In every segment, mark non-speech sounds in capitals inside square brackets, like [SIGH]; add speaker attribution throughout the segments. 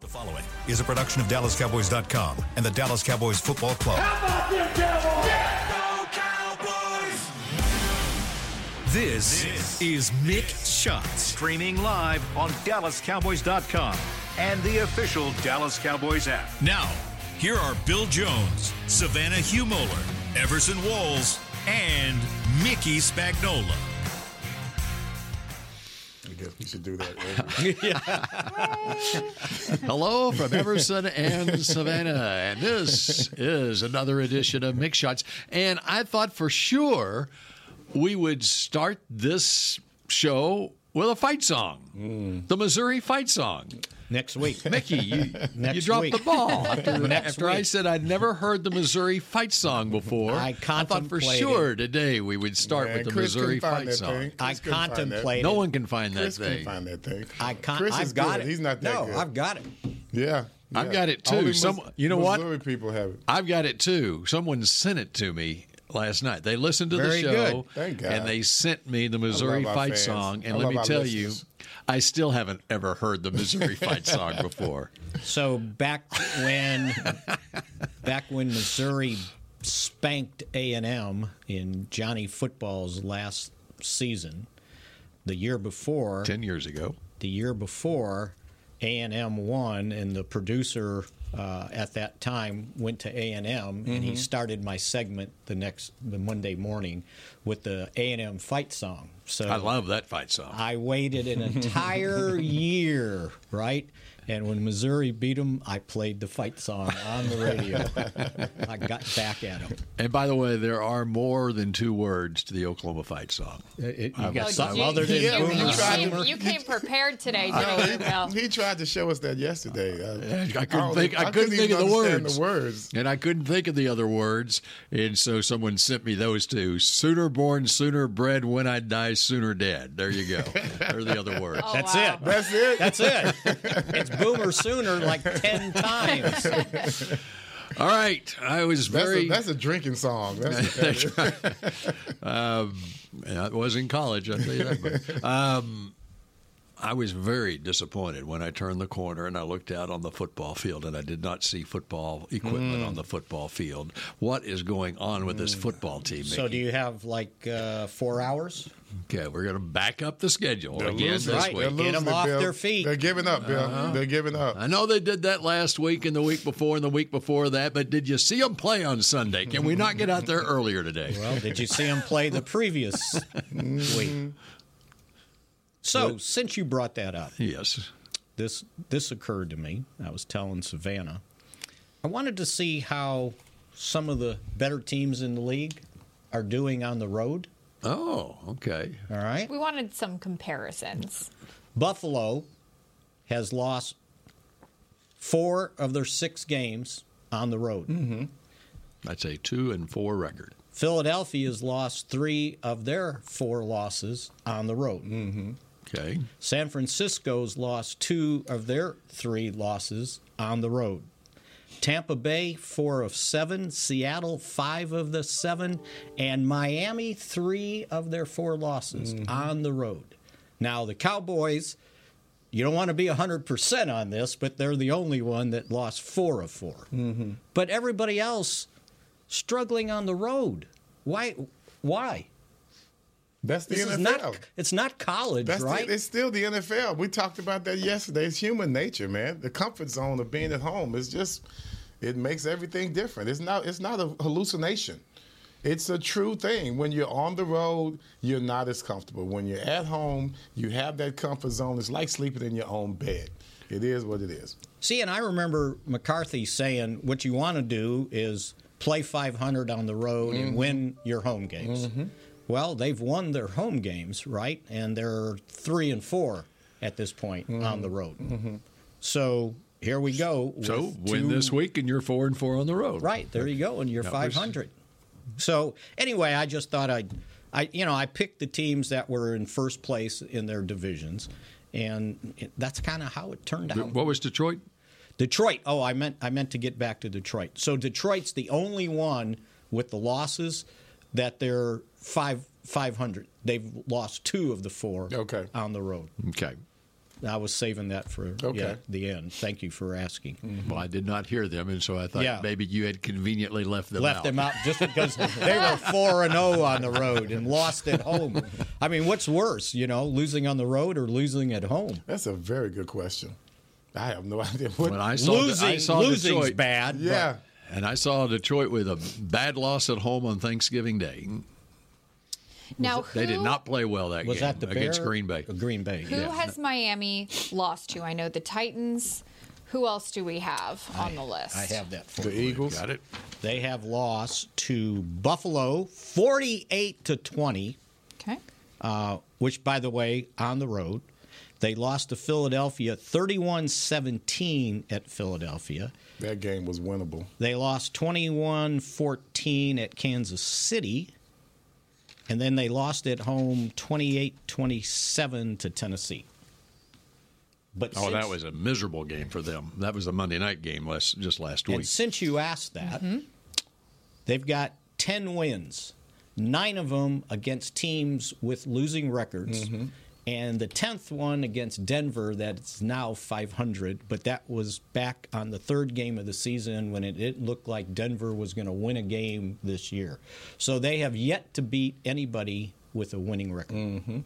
Speaker 1: The following is a production of DallasCowboys.com and the Dallas Cowboys Football Club.
Speaker 2: about them Cowboys?
Speaker 3: This, is Mick Shots.
Speaker 4: Streaming live on DallasCowboys.com and the official Dallas Cowboys app.
Speaker 3: Now, here are Bill Jones, Savannah Hugh Muller, Everson Walls, and Mickey Spagnola.
Speaker 5: You should
Speaker 6: [LAUGHS]
Speaker 5: do that. right?
Speaker 6: Hello from Everson and Savannah, and this is another edition of Mix Shots. And I thought for sure we would start this show with a fight song, the Missouri fight song.
Speaker 7: next
Speaker 5: [LAUGHS]
Speaker 7: week.
Speaker 6: Mickey, you, [LAUGHS] you
Speaker 7: Next
Speaker 6: dropped
Speaker 7: week.
Speaker 6: the ball after,
Speaker 7: Next
Speaker 6: after I
Speaker 7: week.
Speaker 6: said I'd never heard the Missouri fight song before.
Speaker 7: I
Speaker 6: thought for
Speaker 7: contemplated.
Speaker 6: sure today we would start
Speaker 5: Man,
Speaker 6: with the
Speaker 5: Chris
Speaker 6: Missouri
Speaker 5: couldn't find
Speaker 6: fight
Speaker 5: that
Speaker 6: song.
Speaker 5: thing.
Speaker 7: I
Speaker 5: Chris couldn't find that.
Speaker 7: contemplated.
Speaker 6: No one can find that
Speaker 5: Chris couldn't
Speaker 6: thing.
Speaker 5: find that thing.
Speaker 7: I con-
Speaker 5: Chris
Speaker 7: I've
Speaker 5: is
Speaker 7: got
Speaker 5: good.
Speaker 7: it.
Speaker 5: He's not that
Speaker 7: no,
Speaker 5: good.
Speaker 7: I've got it.
Speaker 5: yeah,
Speaker 6: I've
Speaker 5: yeah.
Speaker 6: got it, too.
Speaker 5: Only
Speaker 6: Some-
Speaker 5: Mis-
Speaker 6: you know what?
Speaker 5: Missouri people have it.
Speaker 6: I've got it too. Someone sent it to me last night. They listened to
Speaker 7: Very
Speaker 6: the show
Speaker 7: good.
Speaker 5: Thank God.
Speaker 6: and they sent me the Missouri
Speaker 5: our
Speaker 6: fight
Speaker 5: fans.
Speaker 6: song. And
Speaker 5: I
Speaker 6: let
Speaker 5: love
Speaker 6: me
Speaker 5: our
Speaker 6: tell
Speaker 5: listeners.
Speaker 6: you, I still haven't ever heard the Missouri
Speaker 5: [LAUGHS]
Speaker 6: fight song before.
Speaker 7: So back
Speaker 5: [LAUGHS]
Speaker 7: when back when Missouri spanked A and M in Johnny Football's last season, the year before,
Speaker 6: Ten years ago.
Speaker 7: the year before, A and M won, and the producer uh, at that time went to A and M, and
Speaker 6: Mm-hmm.
Speaker 7: he started my segment the next the Monday morning with the A and M fight song. So
Speaker 6: I love that fight song.
Speaker 7: I waited an entire year, right? And when Missouri beat them, I played the fight song on the radio. I got back at them.
Speaker 6: and by the way, there are more than two words to the Oklahoma fight song.
Speaker 7: you got
Speaker 8: Oh,
Speaker 7: something
Speaker 8: you-
Speaker 7: other than
Speaker 5: Yeah,
Speaker 8: you,
Speaker 5: when
Speaker 7: boomer
Speaker 5: you tried
Speaker 8: came,
Speaker 5: to-
Speaker 8: you came
Speaker 7: [LAUGHS]
Speaker 8: prepared today, didn't you, Bill?
Speaker 5: He tried to show us that yesterday. Uh,
Speaker 6: I couldn't
Speaker 5: don't-
Speaker 6: think- I couldn't think
Speaker 5: Oh, even
Speaker 6: of the
Speaker 5: understand
Speaker 6: words.
Speaker 5: The words.
Speaker 6: And I couldn't think of the other words. And so someone sent me those two Sooner born, sooner bred, when I die, sooner dead. There you go. They're the other words.
Speaker 8: Oh,
Speaker 7: That's
Speaker 8: wow.
Speaker 7: it.
Speaker 5: That's it.
Speaker 7: That's it. It's boomer sooner like 10 [LAUGHS] times.
Speaker 6: All right. I was
Speaker 5: That's,
Speaker 6: very.
Speaker 5: a, that's a drinking song.
Speaker 6: [LAUGHS]
Speaker 5: That's what that is.
Speaker 6: Yeah, it was in college. I'll tell you that.
Speaker 5: [LAUGHS]
Speaker 6: much. um, I was very disappointed when I turned the corner and I looked out on the football field and I did not see football equipment
Speaker 7: Mm.
Speaker 6: on the football field. What is going on with this football team?
Speaker 7: So do you have like uh, four hours?
Speaker 6: okay, we're going to back up the schedule
Speaker 5: They're
Speaker 6: again this
Speaker 7: Right.
Speaker 5: losing.
Speaker 6: week.
Speaker 7: Get
Speaker 5: They're
Speaker 7: 'em
Speaker 5: losing it,
Speaker 7: off
Speaker 5: Bill.
Speaker 7: their feet.
Speaker 5: They're giving up, Bill.
Speaker 6: Uh-huh.
Speaker 5: They're giving up.
Speaker 6: I know they did that last week and the week before and the week before that, but did you see them play on Sunday? Can we not get out there earlier today?
Speaker 7: Well, did you see him play the [LAUGHS] previous week? So, since you brought that up,
Speaker 6: yes.
Speaker 7: this this occurred to me. I was telling Savannah, I wanted to see how some of the better teams in the league are doing on the road.
Speaker 6: Oh, okay.
Speaker 7: All right,
Speaker 8: We wanted some comparisons.
Speaker 7: Buffalo has lost four of their six games on the road.
Speaker 6: That's a two and four record.
Speaker 7: Philadelphia has lost three of their four losses on the road.
Speaker 6: Okay.
Speaker 7: San Francisco's lost two of their three losses on the road. Tampa Bay, four of seven. Seattle, five of the seven. And Miami, three of their four losses
Speaker 5: Mm-hmm.
Speaker 7: on the road. Now, the Cowboys, you don't want to be 100% on this, but they're the only one that lost four of 4
Speaker 5: Mm-hmm.
Speaker 7: But everybody else struggling on the road. Why? Why?
Speaker 5: That's the
Speaker 7: This
Speaker 5: NFL.
Speaker 7: is not, it's not college,
Speaker 5: That's
Speaker 7: right?
Speaker 5: the, it's still the NFL. We talked about that yesterday. It's human nature, man. The comfort zone of being at home is just it makes everything different. It's not it's not a hallucination. It's a true thing. When you're on the road, you're not as comfortable. When you're at home, you have that comfort zone. It's like sleeping in your own bed. It is what it is.
Speaker 7: See, and I remember McCarthy saying, "What you want to do is play 500 on the road and win your home games." Well, they've won their home games, right? And they're three and four at this point on the road. So here we go.
Speaker 6: So
Speaker 7: with
Speaker 6: win
Speaker 7: two-
Speaker 6: this week and you're four and four on the road.
Speaker 7: Right there, you go, and you're
Speaker 6: That was-
Speaker 7: 500. So anyway, I just thought I'd, I you know, I picked the teams that were in first place in their divisions, and it- that's kind of how it turned out.
Speaker 6: What was Detroit?
Speaker 7: Detroit. Oh, I meant I meant to get back to Detroit. So Detroit's the only one with the losses that they're five five hundred. They've lost two of the four
Speaker 5: Okay.
Speaker 7: on the road.
Speaker 6: Okay.
Speaker 7: I was saving that for yeah,
Speaker 5: Okay.
Speaker 7: the end. Thank you for asking.
Speaker 6: Well, I did not hear them, and so I thought
Speaker 7: Yeah.
Speaker 6: maybe you had conveniently left them
Speaker 7: left
Speaker 6: out.
Speaker 7: them out just
Speaker 6: [LAUGHS]
Speaker 7: because they were four and zero on the road and lost at home. I mean, what's worse, you know, losing on the road or losing at home?
Speaker 5: That's a very good question. I have no [LAUGHS] idea what.
Speaker 6: When I saw
Speaker 7: Losing,
Speaker 6: I saw
Speaker 7: losing's
Speaker 6: Detroit,
Speaker 7: bad. but-
Speaker 5: yeah,
Speaker 6: and I saw Detroit with a bad loss at home on Thanksgiving Day.
Speaker 8: Now
Speaker 6: They
Speaker 8: who,
Speaker 6: did not play well that
Speaker 7: was
Speaker 6: game
Speaker 7: that the
Speaker 6: against
Speaker 7: Bear-
Speaker 6: Green Bay.
Speaker 7: Uh, Green Bay.
Speaker 8: Who
Speaker 7: yeah.
Speaker 8: has Miami lost to? I know the Titans. Who else do we have on the list?
Speaker 7: I have that. For
Speaker 5: the Eagles.
Speaker 6: Got it.
Speaker 7: They have lost to Buffalo, forty-eight to twenty.
Speaker 8: Okay.
Speaker 7: uh, which, by the way, on the road. They lost to Philadelphia 31 17 at Philadelphia.
Speaker 5: That game was winnable.
Speaker 7: They lost 21 14 at Kansas City. And then they lost at home 28 27 to Tennessee. But
Speaker 6: Oh,
Speaker 7: since,
Speaker 6: that was a miserable game for them. That was a Monday night game last just last
Speaker 7: And
Speaker 6: week.
Speaker 7: since you asked that, they've got 10 wins, nine of them against teams with losing records,
Speaker 5: Mm-hmm.
Speaker 7: and the 10th one against Denver that's now 500. But that was back on the third game of the season when it, it looked like Denver was going to win a game this year. So they have yet to beat anybody with a winning record.
Speaker 5: Mm-hmm.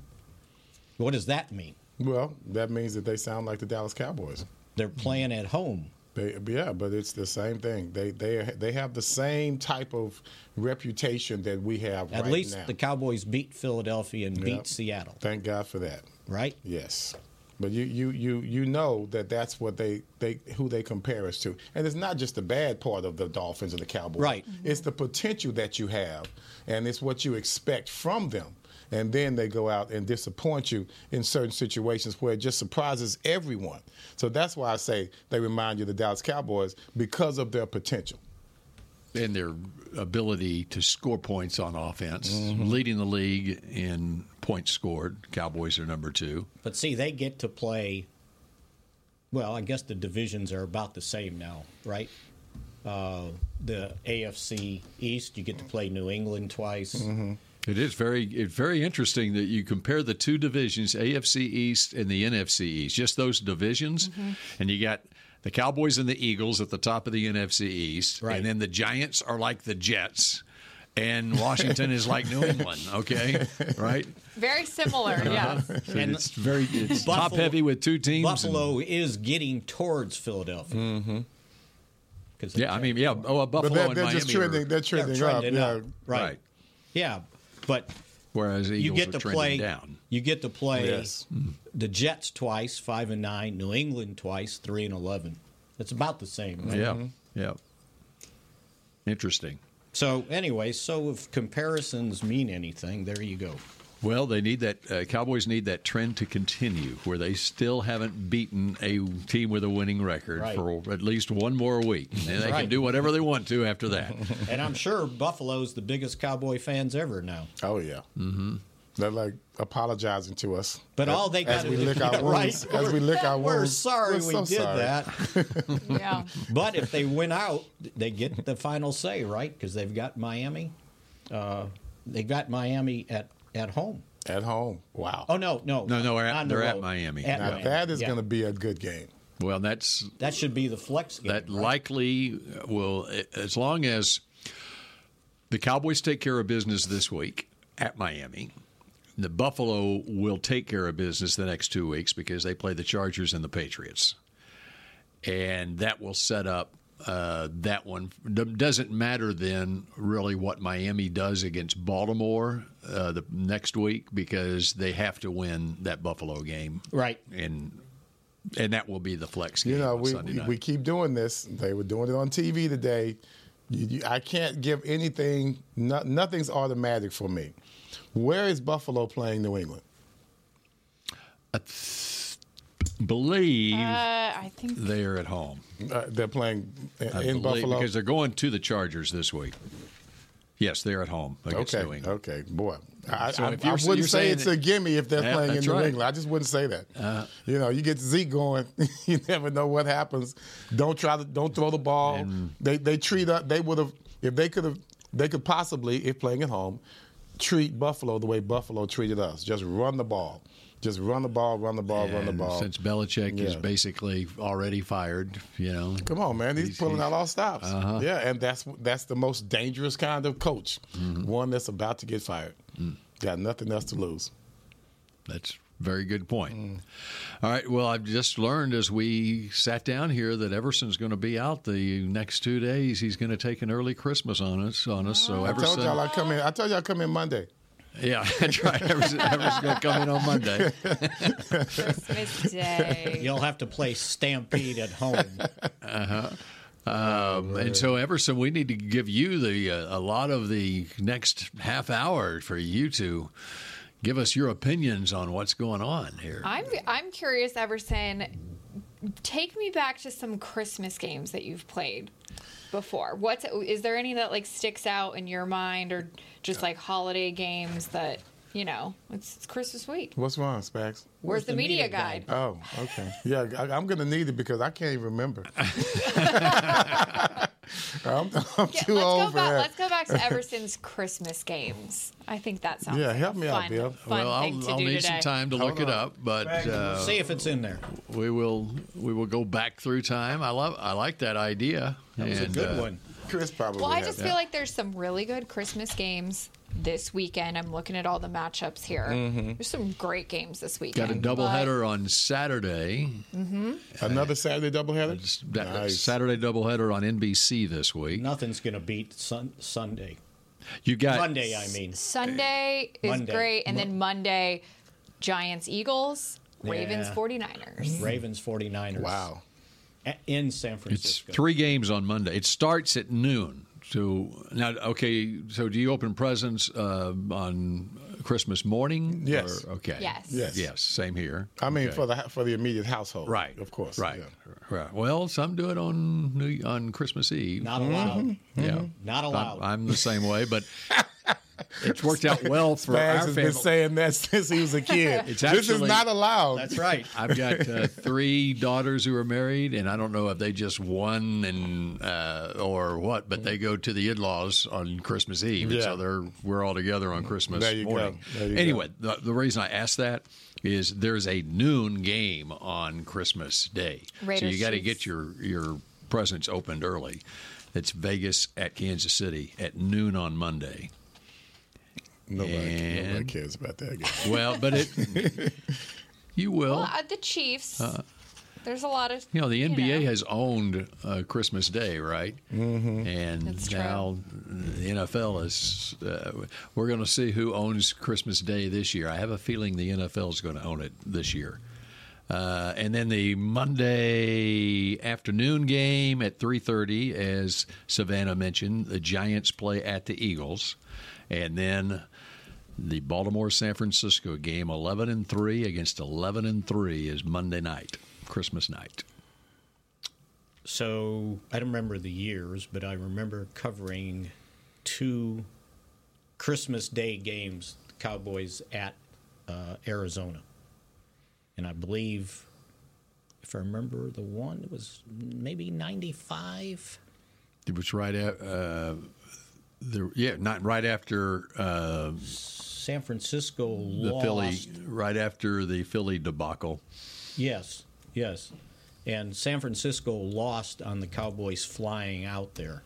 Speaker 7: What does that mean?
Speaker 5: Well, that means that they sound like the Dallas Cowboys.
Speaker 7: They're playing at home.
Speaker 5: They, yeah, but it's the same thing. They they they have the same type of reputation that we have
Speaker 7: At
Speaker 5: right
Speaker 7: least
Speaker 5: now.
Speaker 7: the Cowboys beat Philadelphia and
Speaker 5: Yep.
Speaker 7: beat Seattle,
Speaker 5: Thank God for that.
Speaker 7: right?
Speaker 5: Yes. But you, you, you, you know that that's what they, they who they compare us to, and it's not just the bad part of the Dolphins or the Cowboys.
Speaker 7: Right.
Speaker 5: It's the potential that you have, and it's what you expect from them, and then they go out and disappoint you in certain situations where it just surprises everyone. So that's why I say they remind you of the Dallas Cowboys because of their potential.
Speaker 6: and their ability to score points on offense, leading the league in points scored. Cowboys are number two.
Speaker 7: But see, they get to play. Well, I guess the divisions are about the same now, right? Uh, the AFC East, you get to play New England twice.
Speaker 5: Mm-hmm.
Speaker 6: It is very it's very interesting that you compare the two divisions, AFC East and the NFC East, just those divisions, and you got the Cowboys and the Eagles at the top of the NFC East,
Speaker 7: Right.
Speaker 6: and then the Giants are like the Jets, and Washington is like New England. [LAUGHS] Okay, right? Uh-huh.
Speaker 7: [LAUGHS]
Speaker 8: Very similar. yes.
Speaker 6: So it's very it's top
Speaker 7: Buffalo-
Speaker 6: heavy with two teams. and-
Speaker 7: Buffalo is getting towards Philadelphia. Mm-hmm.
Speaker 6: yeah, I mean, yeah. Oh,
Speaker 5: But
Speaker 6: Buffalo
Speaker 5: they're,
Speaker 6: and
Speaker 5: they're
Speaker 6: Miami.
Speaker 5: just trending.
Speaker 6: are-
Speaker 5: They're trending,
Speaker 7: trending
Speaker 5: up.
Speaker 7: up.
Speaker 5: Yeah.
Speaker 7: Right.
Speaker 6: right.
Speaker 7: Yeah, but
Speaker 6: Whereas the
Speaker 7: you
Speaker 6: Eagles
Speaker 7: get
Speaker 6: are
Speaker 7: to
Speaker 6: trending
Speaker 7: play
Speaker 6: down.
Speaker 7: You get to play
Speaker 5: Yes.
Speaker 7: the Jets twice, five and nine. New England twice, three and eleven. It's about the same. Right?
Speaker 5: Mm-hmm.
Speaker 6: Yeah, yeah. Interesting.
Speaker 7: So anyway, so if comparisons mean anything, there you go.
Speaker 6: Well, they need that. Uh, Cowboys need that trend to continue, where they still haven't beaten a team with a winning record
Speaker 7: Right.
Speaker 6: for at least one more week, and they
Speaker 7: right.
Speaker 6: can do whatever they want to
Speaker 7: [LAUGHS]
Speaker 6: after that.
Speaker 7: And I'm sure Buffalo's the biggest Cowboy fans ever now.
Speaker 5: Oh yeah. Mm-hmm. They're like apologizing to us.
Speaker 7: But all they
Speaker 5: as
Speaker 7: got [LAUGHS]
Speaker 5: we lick our wounds, as we lick our
Speaker 7: We're
Speaker 5: wounds,
Speaker 7: sorry
Speaker 5: we're
Speaker 7: we
Speaker 5: so
Speaker 7: did
Speaker 5: sorry. [LAUGHS]
Speaker 7: that.
Speaker 8: Yeah.
Speaker 7: But if they win out, they get the final say, right? Because they've got Miami. Uh, they've got Miami at, at home.
Speaker 5: At home, wow.
Speaker 7: Oh no, no,
Speaker 6: No, no, they're at-
Speaker 7: on the
Speaker 6: they're at
Speaker 7: road.
Speaker 6: Miami.
Speaker 7: At
Speaker 6: Now
Speaker 5: now
Speaker 7: Miami,
Speaker 5: that is
Speaker 7: yeah.
Speaker 5: going to be a good game.
Speaker 6: Well, that's
Speaker 7: that should be the flex game.
Speaker 6: that
Speaker 7: right?
Speaker 6: likely uh, will, as long as the Cowboys take care of business this week at Miami. The Buffalo will take care of business the next two weeks because they play the Chargers and the Patriots. and that will set up uh, that one. D- doesn't matter then really what Miami does against Baltimore uh, the next week because they have to win that Buffalo game,
Speaker 7: Right.
Speaker 6: And and that will be the flex game.
Speaker 5: You know,
Speaker 6: on
Speaker 5: we
Speaker 6: Sunday
Speaker 5: we,
Speaker 6: night.
Speaker 5: we keep doing this. They were doing it on TV today. You, you, I can't give anything. No, nothing's automatic for me. Where is Buffalo playing New England?
Speaker 6: believe
Speaker 8: Uh, I think
Speaker 6: they are at home
Speaker 5: Uh, they're playing in,
Speaker 6: I believe,
Speaker 5: in Buffalo.
Speaker 6: because they're going to the Chargers this week. Yes, they're at home against
Speaker 5: Okay,
Speaker 6: New England.
Speaker 5: okay, boy. I,
Speaker 6: So
Speaker 5: I,
Speaker 6: if
Speaker 5: I
Speaker 6: you're- you're
Speaker 5: wouldn't say
Speaker 6: saying
Speaker 5: it's
Speaker 6: that-
Speaker 5: a gimme if they're
Speaker 6: Yeah,
Speaker 5: playing in
Speaker 6: that's
Speaker 5: New
Speaker 6: right. Uh-huh.
Speaker 5: England. I just wouldn't say that. you know, you get Zeke going, [LAUGHS] you never know what happens. Don't try to don't throw the ball. they they treat up. They would have if they could have. They could possibly, if playing at home, treat Buffalo the way Buffalo treated us. Just run the ball. Just run the ball, run the ball, run the
Speaker 6: And
Speaker 5: ball.
Speaker 6: Since Belichick is
Speaker 5: Yeah.
Speaker 6: basically already fired, you know.
Speaker 5: Come on, man. He's,
Speaker 6: He's-
Speaker 5: pulling
Speaker 6: he's- Uh-huh.
Speaker 5: out all stops. Yeah, and that's that's the most dangerous kind of coach.
Speaker 6: Mm-hmm.
Speaker 5: One that's about to get fired.
Speaker 6: Mm.
Speaker 5: Got nothing else to lose.
Speaker 6: That's a very good point.
Speaker 5: Mm.
Speaker 6: All right. Well, I've just learned as we sat down here that Everson's going to be out the next two days. He's going to take an early Christmas on us. On us. So
Speaker 5: Oh. I told
Speaker 6: Everson.
Speaker 5: y'all I come in. I told y'all I come in Monday.
Speaker 6: yeah, [LAUGHS] that's right. Everson, Everson's going to come in on
Speaker 5: [LAUGHS]
Speaker 6: Monday.
Speaker 7: [LAUGHS]
Speaker 8: Christmas Day.
Speaker 7: You'll have to play Stampede at home.
Speaker 6: [LAUGHS] Um, and so, Everson, we need to give you the uh, a lot of the next half hour for you to give us your opinions on what's going on here.
Speaker 8: I'm I'm curious, Everson. Take me back to some Christmas games that you've played before. What's is there any that like sticks out in your mind, or just like holiday games that you know it's, it's Christmas week?
Speaker 5: What's wrong, Spax?
Speaker 8: Where's the, media, guide?
Speaker 5: Oh, okay. Yeah, I, I'm gonna need it because I can't
Speaker 6: [LAUGHS]
Speaker 5: even remember. [LAUGHS] I'm, I'm
Speaker 8: [LAUGHS] Yeah,
Speaker 5: too
Speaker 8: let's
Speaker 5: old
Speaker 8: go back.
Speaker 5: for that.
Speaker 8: Let's go back
Speaker 5: [LAUGHS]
Speaker 8: to Everson's Christmas games. I think that sounds
Speaker 5: Yeah,
Speaker 8: like
Speaker 5: help
Speaker 8: a
Speaker 5: me out,
Speaker 8: fun-
Speaker 5: Bill.
Speaker 8: Fun
Speaker 6: well, I'll,
Speaker 8: thing to
Speaker 6: I'll
Speaker 8: do
Speaker 6: need
Speaker 8: today.
Speaker 6: some time to look it up, but uh,
Speaker 7: See if it's in there.
Speaker 6: we will we will go back through time. I love I like that idea. uh, That
Speaker 7: It's a good one.
Speaker 5: Chris probably.
Speaker 8: Well, I
Speaker 5: has
Speaker 8: just
Speaker 5: it.
Speaker 8: feel like there's some really good Christmas games this weekend. I'm looking at all the matchups here. There's some great games this weekend.
Speaker 6: Got a doubleheader on Saturday.
Speaker 5: another Saturday doubleheader.
Speaker 6: That-
Speaker 5: Nice.
Speaker 6: Saturday doubleheader on NBC this week.
Speaker 7: Nothing's going to beat sun- Sunday.
Speaker 6: You got
Speaker 7: Monday, I mean.
Speaker 8: but Sunday is
Speaker 7: Monday.
Speaker 8: great, and then Monday, Giants, Eagles, Ravens,
Speaker 7: Yeah.
Speaker 8: 49ers.
Speaker 7: Ravens 49ers.
Speaker 5: Wow.
Speaker 7: A- In San
Speaker 6: It's
Speaker 7: Francisco.
Speaker 6: three games on Monday. It starts at noon. So now, okay. So do you open presents uh, on Christmas morning?
Speaker 5: Yes.
Speaker 6: Or- okay.
Speaker 8: Yes.
Speaker 5: Yes.
Speaker 6: Yes. Same here.
Speaker 5: I mean,
Speaker 6: Okay.
Speaker 5: for the for the immediate household,
Speaker 6: right.
Speaker 5: Of course,
Speaker 6: Right.
Speaker 5: yeah.
Speaker 6: Right. Well, some do it on New, on Christmas Eve.
Speaker 7: Not allowed.
Speaker 6: yeah.
Speaker 7: Not allowed.
Speaker 6: Mm-hmm. I'm, I'm the same way,
Speaker 5: [LAUGHS]
Speaker 6: but it's worked out well for
Speaker 5: Spags
Speaker 6: our
Speaker 5: has
Speaker 6: family.
Speaker 5: been saying that [LAUGHS] since he was a kid.
Speaker 6: [LAUGHS] It's
Speaker 5: this is
Speaker 6: actually-
Speaker 5: not allowed.
Speaker 7: That's right. [LAUGHS]
Speaker 6: I've got uh, three daughters who are married, and I don't know if they just won and uh, or what, but they go to the in-laws on Christmas Eve, and
Speaker 5: Yeah.
Speaker 6: so they're we're all together on Christmas
Speaker 5: There you go.
Speaker 6: morning.
Speaker 5: There you go.
Speaker 6: anyway, The, the reason I asked that is there's a noon game on Christmas Day, so
Speaker 8: Raiders
Speaker 6: you got to
Speaker 8: Chiefs.
Speaker 6: get your your presents opened early. It's Vegas at Kansas City at noon on Monday.
Speaker 5: [LAUGHS] Nobody, nobody
Speaker 6: And-
Speaker 5: cares about that game.
Speaker 6: Well, but it [LAUGHS] you will.
Speaker 8: Well, uh, the Chiefs. there's a lot of
Speaker 6: You know, the NBA
Speaker 8: know.
Speaker 6: has owned uh, Christmas Day, right? Mm-hmm. And
Speaker 8: That's true.
Speaker 6: now the NFL is. Uh, we're going to see who owns Christmas Day this year. I have a feeling the NFL is going to own it this year. Uh, and then the Monday afternoon game at 3:30, as Savannah mentioned, the Giants play at the Eagles, and then the Baltimore San Francisco game, 11 and three against 11 and three, is Monday night, Christmas night.
Speaker 7: So I don't remember the years, but I remember covering two Christmas Day games, Cowboys at uh, Arizona, and I believe, if I remember the one, it was maybe '95.
Speaker 6: It was right at uh, the yeah, not right after uh,
Speaker 7: San Francisco
Speaker 6: the
Speaker 7: lost.
Speaker 6: Philly, right after the Philly debacle.
Speaker 7: Yes, yes, and San Francisco lost on the Cowboys flying out there,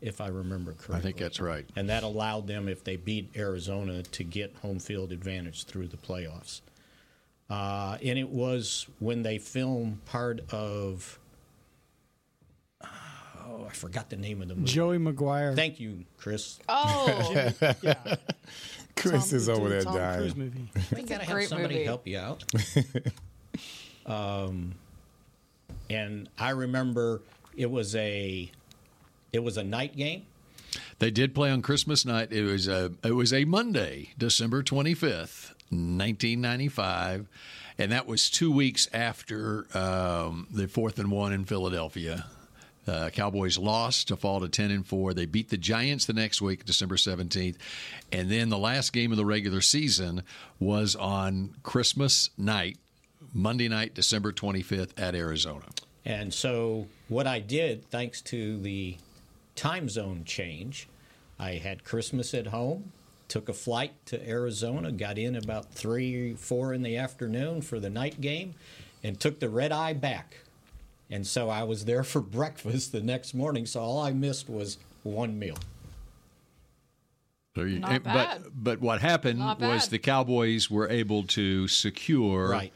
Speaker 7: if I remember correctly.
Speaker 6: I think that's right.
Speaker 7: and that allowed them, if they beat Arizona, to get home field advantage through the playoffs. Uh, and it was when they filmed part of. Oh, I forgot the name of the movie.
Speaker 2: Joey McGuire.
Speaker 7: Thank you, Chris.
Speaker 8: Oh,
Speaker 6: [LAUGHS]
Speaker 5: Chris is over there
Speaker 2: Tom Cruise
Speaker 5: dying.
Speaker 2: movie.
Speaker 7: I gotta have
Speaker 8: great
Speaker 7: somebody
Speaker 8: movie.
Speaker 7: help you [LAUGHS] out. um, and I remember it was a it was a night game.
Speaker 6: They did play on Christmas night. It was a it was a Monday, December twenty fifth, nineteen ninety five, and that was two weeks after um, the fourth and one in Philadelphia. Uh, Cowboys lost to fall to ten and four. They beat the Giants the next week, December seventeenth, and then the last game of the regular season was on Christmas night, Monday night, December twenty fifth at Arizona.
Speaker 7: And so, what I did, thanks to the time zone change, I had Christmas at home, took a flight to Arizona, got in about three, four in the afternoon for the night game, and took the red eye back. And so I was there [LAUGHS] for breakfast the next morning. So all I missed was one meal.
Speaker 6: So you-
Speaker 8: Not
Speaker 6: eh,
Speaker 8: bad.
Speaker 6: But but what happened
Speaker 8: Not
Speaker 6: was
Speaker 8: bad.
Speaker 6: the Cowboys were able to secure
Speaker 7: Right.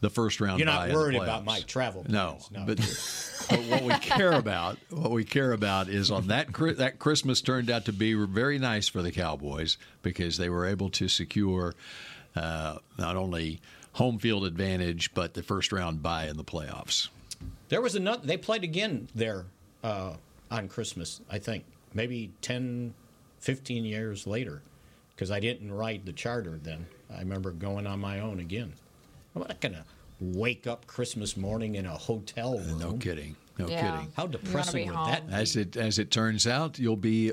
Speaker 6: the first round.
Speaker 7: You're not
Speaker 6: bye in the
Speaker 7: worried about
Speaker 6: playoffs.
Speaker 7: my travel
Speaker 6: No,
Speaker 7: plans, no.
Speaker 6: but, but what we care about, what we care about, is on that Chri- that Christmas turned out to be very nice for the Cowboys because they were able to secure uh, not only home field advantage but the first round bye in the playoffs.
Speaker 7: There was another. They played again there uh, on Christmas, I think, maybe 10, 15 years later, because I didn't write the charter then. I remember going on my own again. I'm not gonna wake up Christmas morning in a hotel room.
Speaker 6: Uh, No kidding. No kidding.
Speaker 7: How depressing would that be?
Speaker 6: As it as it turns out, you'll be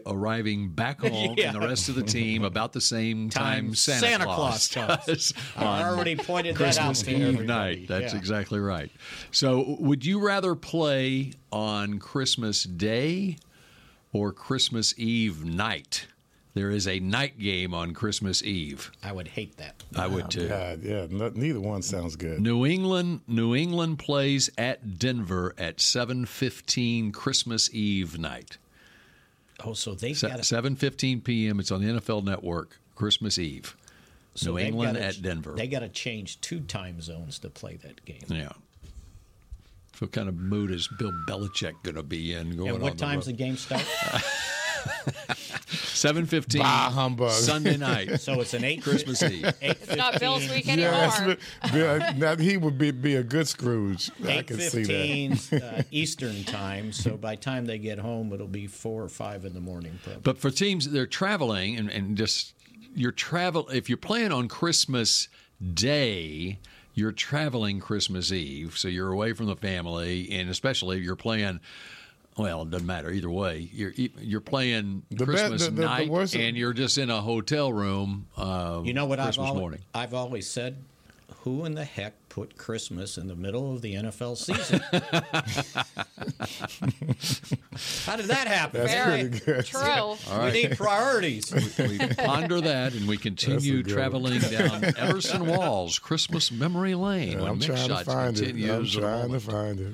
Speaker 7: [LAUGHS]
Speaker 6: arriving back home
Speaker 7: Yeah.
Speaker 6: and the rest of the team about
Speaker 7: [LAUGHS]
Speaker 6: the same time,
Speaker 7: Time
Speaker 6: Santa,
Speaker 7: Santa
Speaker 6: [LAUGHS] Claus,
Speaker 7: Claus comes.
Speaker 6: does
Speaker 7: I
Speaker 6: on
Speaker 7: already pointed that out
Speaker 6: Christmas
Speaker 7: to
Speaker 6: Eve
Speaker 7: everybody.
Speaker 6: night. That's
Speaker 7: Yeah.
Speaker 6: exactly right. So, would you rather play on Christmas Day or Christmas Eve night? There is a night game on Christmas Eve.
Speaker 7: I would hate that.
Speaker 6: I would too.
Speaker 5: God, yeah, no, neither one sounds good.
Speaker 6: New England New England plays at Denver at 7:15 Christmas Eve night.
Speaker 7: Oh, so they've got to.
Speaker 6: Seven fifteen p.m. It's on the NFL Network. Christmas Eve,
Speaker 7: so
Speaker 6: New
Speaker 7: they've
Speaker 6: England
Speaker 7: gotta-
Speaker 6: at Denver.
Speaker 7: They got to change two time zones to play that game.
Speaker 6: yeah. So, what kind of mood is Bill Belichick going to be in? Going
Speaker 7: And
Speaker 6: on
Speaker 7: what time's the
Speaker 6: the
Speaker 7: game
Speaker 6: [LAUGHS]
Speaker 7: start?
Speaker 6: Seven fifteen.
Speaker 5: Bah, humbug.
Speaker 6: Sunday
Speaker 7: [LAUGHS]
Speaker 6: night,
Speaker 7: so it's an eight
Speaker 6: Christmas Eve.
Speaker 8: It's not Bill's week anymore.
Speaker 5: Yeah, that's, Bill, now he would be, be a good Scrooge. I
Speaker 7: Eight
Speaker 5: can see that.
Speaker 7: fifteen
Speaker 5: [LAUGHS]
Speaker 7: uh, Eastern time. So by the time they get home, it'll be four or five in the morning. Probably.
Speaker 6: But for teams they're traveling and, and just you're travel if you're playing on Christmas Day, you're traveling Christmas Eve, so you're away from the family, and especially if you're playing. Well, it doesn't matter either way. You're e, you're playing
Speaker 5: The best-
Speaker 6: Christmas
Speaker 5: the- the- the
Speaker 6: night,
Speaker 5: worst-
Speaker 6: and you're just in a hotel room. Uh,
Speaker 7: you know what
Speaker 6: Christmas
Speaker 7: I've always [LAUGHS]
Speaker 6: morning.
Speaker 7: I've always said. Who in the heck put Christmas in the middle of the NFL
Speaker 6: [LAUGHS]
Speaker 7: season? How did that happen?
Speaker 5: That's
Speaker 8: Very
Speaker 5: pretty good.
Speaker 8: true.
Speaker 7: We need priorities.
Speaker 5: [LAUGHS]
Speaker 6: we ponder that and we continue
Speaker 5: good one.
Speaker 6: traveling down
Speaker 5: [LAUGHS]
Speaker 6: Everson Walls Christmas Memory Lane when
Speaker 5: I'm
Speaker 6: Mix
Speaker 5: trying to
Speaker 6: Shots
Speaker 5: find it. I'm
Speaker 6: continues in a
Speaker 5: trying to
Speaker 6: moment.
Speaker 5: find it.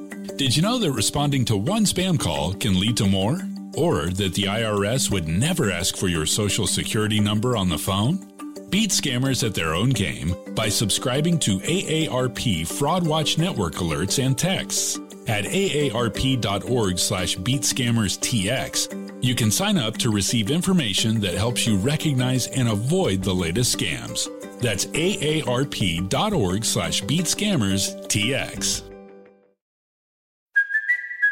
Speaker 9: Did you know that responding to one spam call can lead to more? Or that the IRS would never ask for your social security number on the phone? Beat scammers at their own game by subscribing to AARP Fraud Watch Network alerts and texts. At aarp.org slash beatscammerstx, you can sign up to receive information that helps you recognize and avoid the latest scams. That's aarp.org slash beatscammerstx.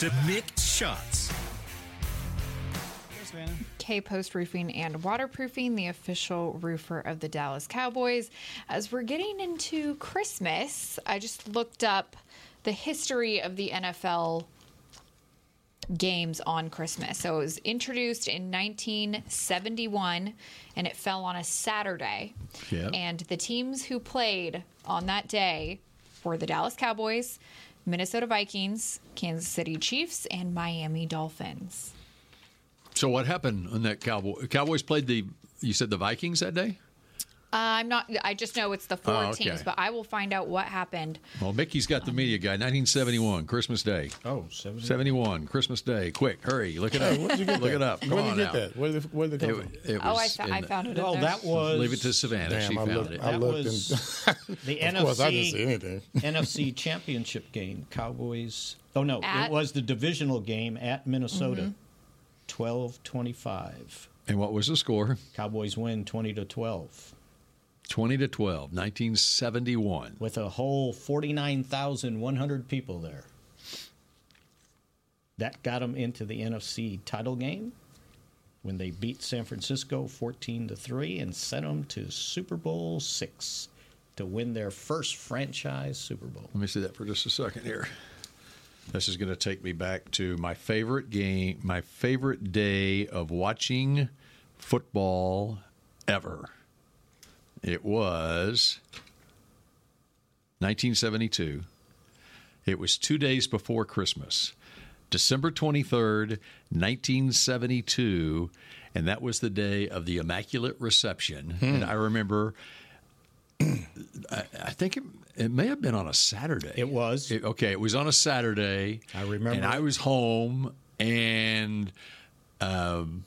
Speaker 3: To mixed shots.
Speaker 8: K Post Roofing and Waterproofing, the official roofer of the Dallas Cowboys. As we're getting into Christmas, I just looked up the history of the NFL games on Christmas. So it was introduced in 1971 and it fell on a Saturday.
Speaker 6: Yep.
Speaker 8: And the teams who played on that day were the Dallas Cowboys, Minnesota Vikings, Kansas City Chiefs, and Miami Dolphins.
Speaker 6: So what happened on that Cowboy? Cowboys played the. You said the Vikings that day.
Speaker 8: Uh, I'm not. I just know it's the four
Speaker 6: Oh, okay.
Speaker 8: teams, but I will find out what happened.
Speaker 6: Well, Mickey's got the media guy. 1971, Christmas Day.
Speaker 7: Oh,
Speaker 6: 71. Christmas Day. Quick, hurry, look it
Speaker 5: Hey,
Speaker 6: up.
Speaker 5: where'd you get
Speaker 6: look
Speaker 5: that?
Speaker 6: it up. Come
Speaker 5: Where'd you
Speaker 6: on now.
Speaker 5: get that? Where did, where did it come from?
Speaker 6: It
Speaker 8: oh, I,
Speaker 6: was
Speaker 8: fo-
Speaker 6: in
Speaker 8: I
Speaker 6: the-
Speaker 8: found it. in
Speaker 7: Oh,
Speaker 8: there.
Speaker 7: that was.
Speaker 6: Leave it to Savannah.
Speaker 5: Damn,
Speaker 6: she
Speaker 5: I
Speaker 6: found
Speaker 5: looked-
Speaker 6: it.
Speaker 5: I
Speaker 7: That
Speaker 5: looked
Speaker 7: was the
Speaker 5: [LAUGHS] Of
Speaker 7: NFC,
Speaker 5: course, I didn't see anything.
Speaker 7: NFC Championship game. Cowboys. Oh, no.
Speaker 8: At-
Speaker 7: it was the divisional game at Minnesota. Twelve twenty-five.
Speaker 6: And what was the score?
Speaker 7: Cowboys win 20 to 12.
Speaker 6: 20 to 12, 1971.
Speaker 7: With a whole 49,100 people there. That got them into the NFC title game when they beat San Francisco 14 to 3 and sent them to Super Bowl 6 to win their first franchise Super Bowl.
Speaker 6: Let me see that for just a second here. This is going to take me back to my favorite game, my favorite day of watching football ever. It was 1972. It was two days before Christmas, December 23rd, 1972. And that was the day of the Immaculate Reception. And I remember, [CLEARS THROAT] I, I think it, it may have been on a Saturday. It
Speaker 7: was.
Speaker 6: okay, it was on a Saturday. I remember. And I was home and. Um,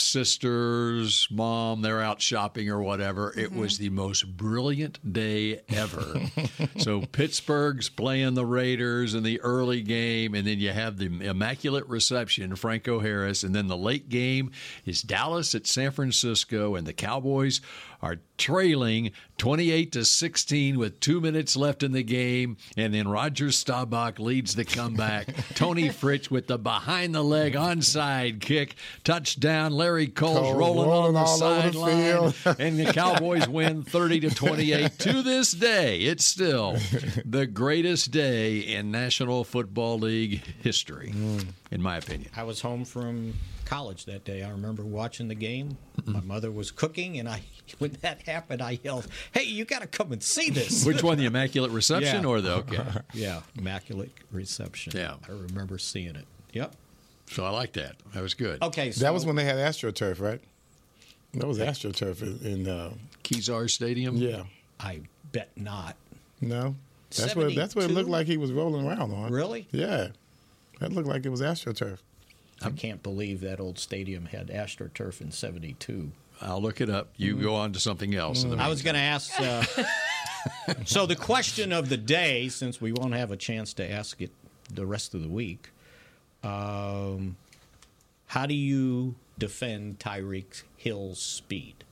Speaker 6: sisters, mom, they're out shopping or whatever. It was the most brilliant day [LAUGHS] ever. so Pittsburgh's playing the Raiders in the early game, and then you have the immaculate reception, Franco Harris, and then the late game is Dallas at San Francisco, and the Cowboys are trailing 28 to 16 with two minutes left in the game, and then Roger Staubach leads the
Speaker 5: [LAUGHS]
Speaker 6: comeback. Tony Fritch with the behind the leg onside kick, touchdown. Larry Cole's
Speaker 5: Cole
Speaker 6: rolling, on
Speaker 5: rolling
Speaker 6: the
Speaker 5: all over the
Speaker 6: sideline,
Speaker 5: field.
Speaker 6: [LAUGHS] and the Cowboys win 30 to 28. To this day, it's still the greatest day in National Football League history,
Speaker 5: Mm.
Speaker 6: in my opinion.
Speaker 7: I was home from college that day. I remember watching the game.
Speaker 5: Mm-hmm.
Speaker 7: My mother was cooking, and I, [LAUGHS] when that happened, I yelled, "Hey, you got to come and see this!"
Speaker 5: [LAUGHS]
Speaker 6: Which one, the Immaculate Reception
Speaker 7: Yeah.
Speaker 6: or the okay?
Speaker 7: Yeah, immaculate reception.
Speaker 6: Yeah,
Speaker 7: I remember seeing it. Yep.
Speaker 6: So I like that. That was good.
Speaker 7: Okay,
Speaker 5: that
Speaker 7: so-
Speaker 5: was when they had AstroTurf, right? That was AstroTurf in, in uh,
Speaker 6: Kezar Stadium.
Speaker 5: Yeah,
Speaker 7: I bet not.
Speaker 5: no, that's what that's what it
Speaker 7: 72?
Speaker 5: looked like. He was rolling around on.
Speaker 7: Really?
Speaker 5: Yeah, that looked like it was AstroTurf.
Speaker 7: I can't believe that old stadium had AstroTurf in '72.
Speaker 6: I'll look it up. You go on to something else.
Speaker 5: Mm.
Speaker 6: in the
Speaker 7: I was going to ask. Uh, [LAUGHS] so the question of the day, since we won't have a chance to ask it the rest of the week, um, how do you defend Tyreek Hill's speed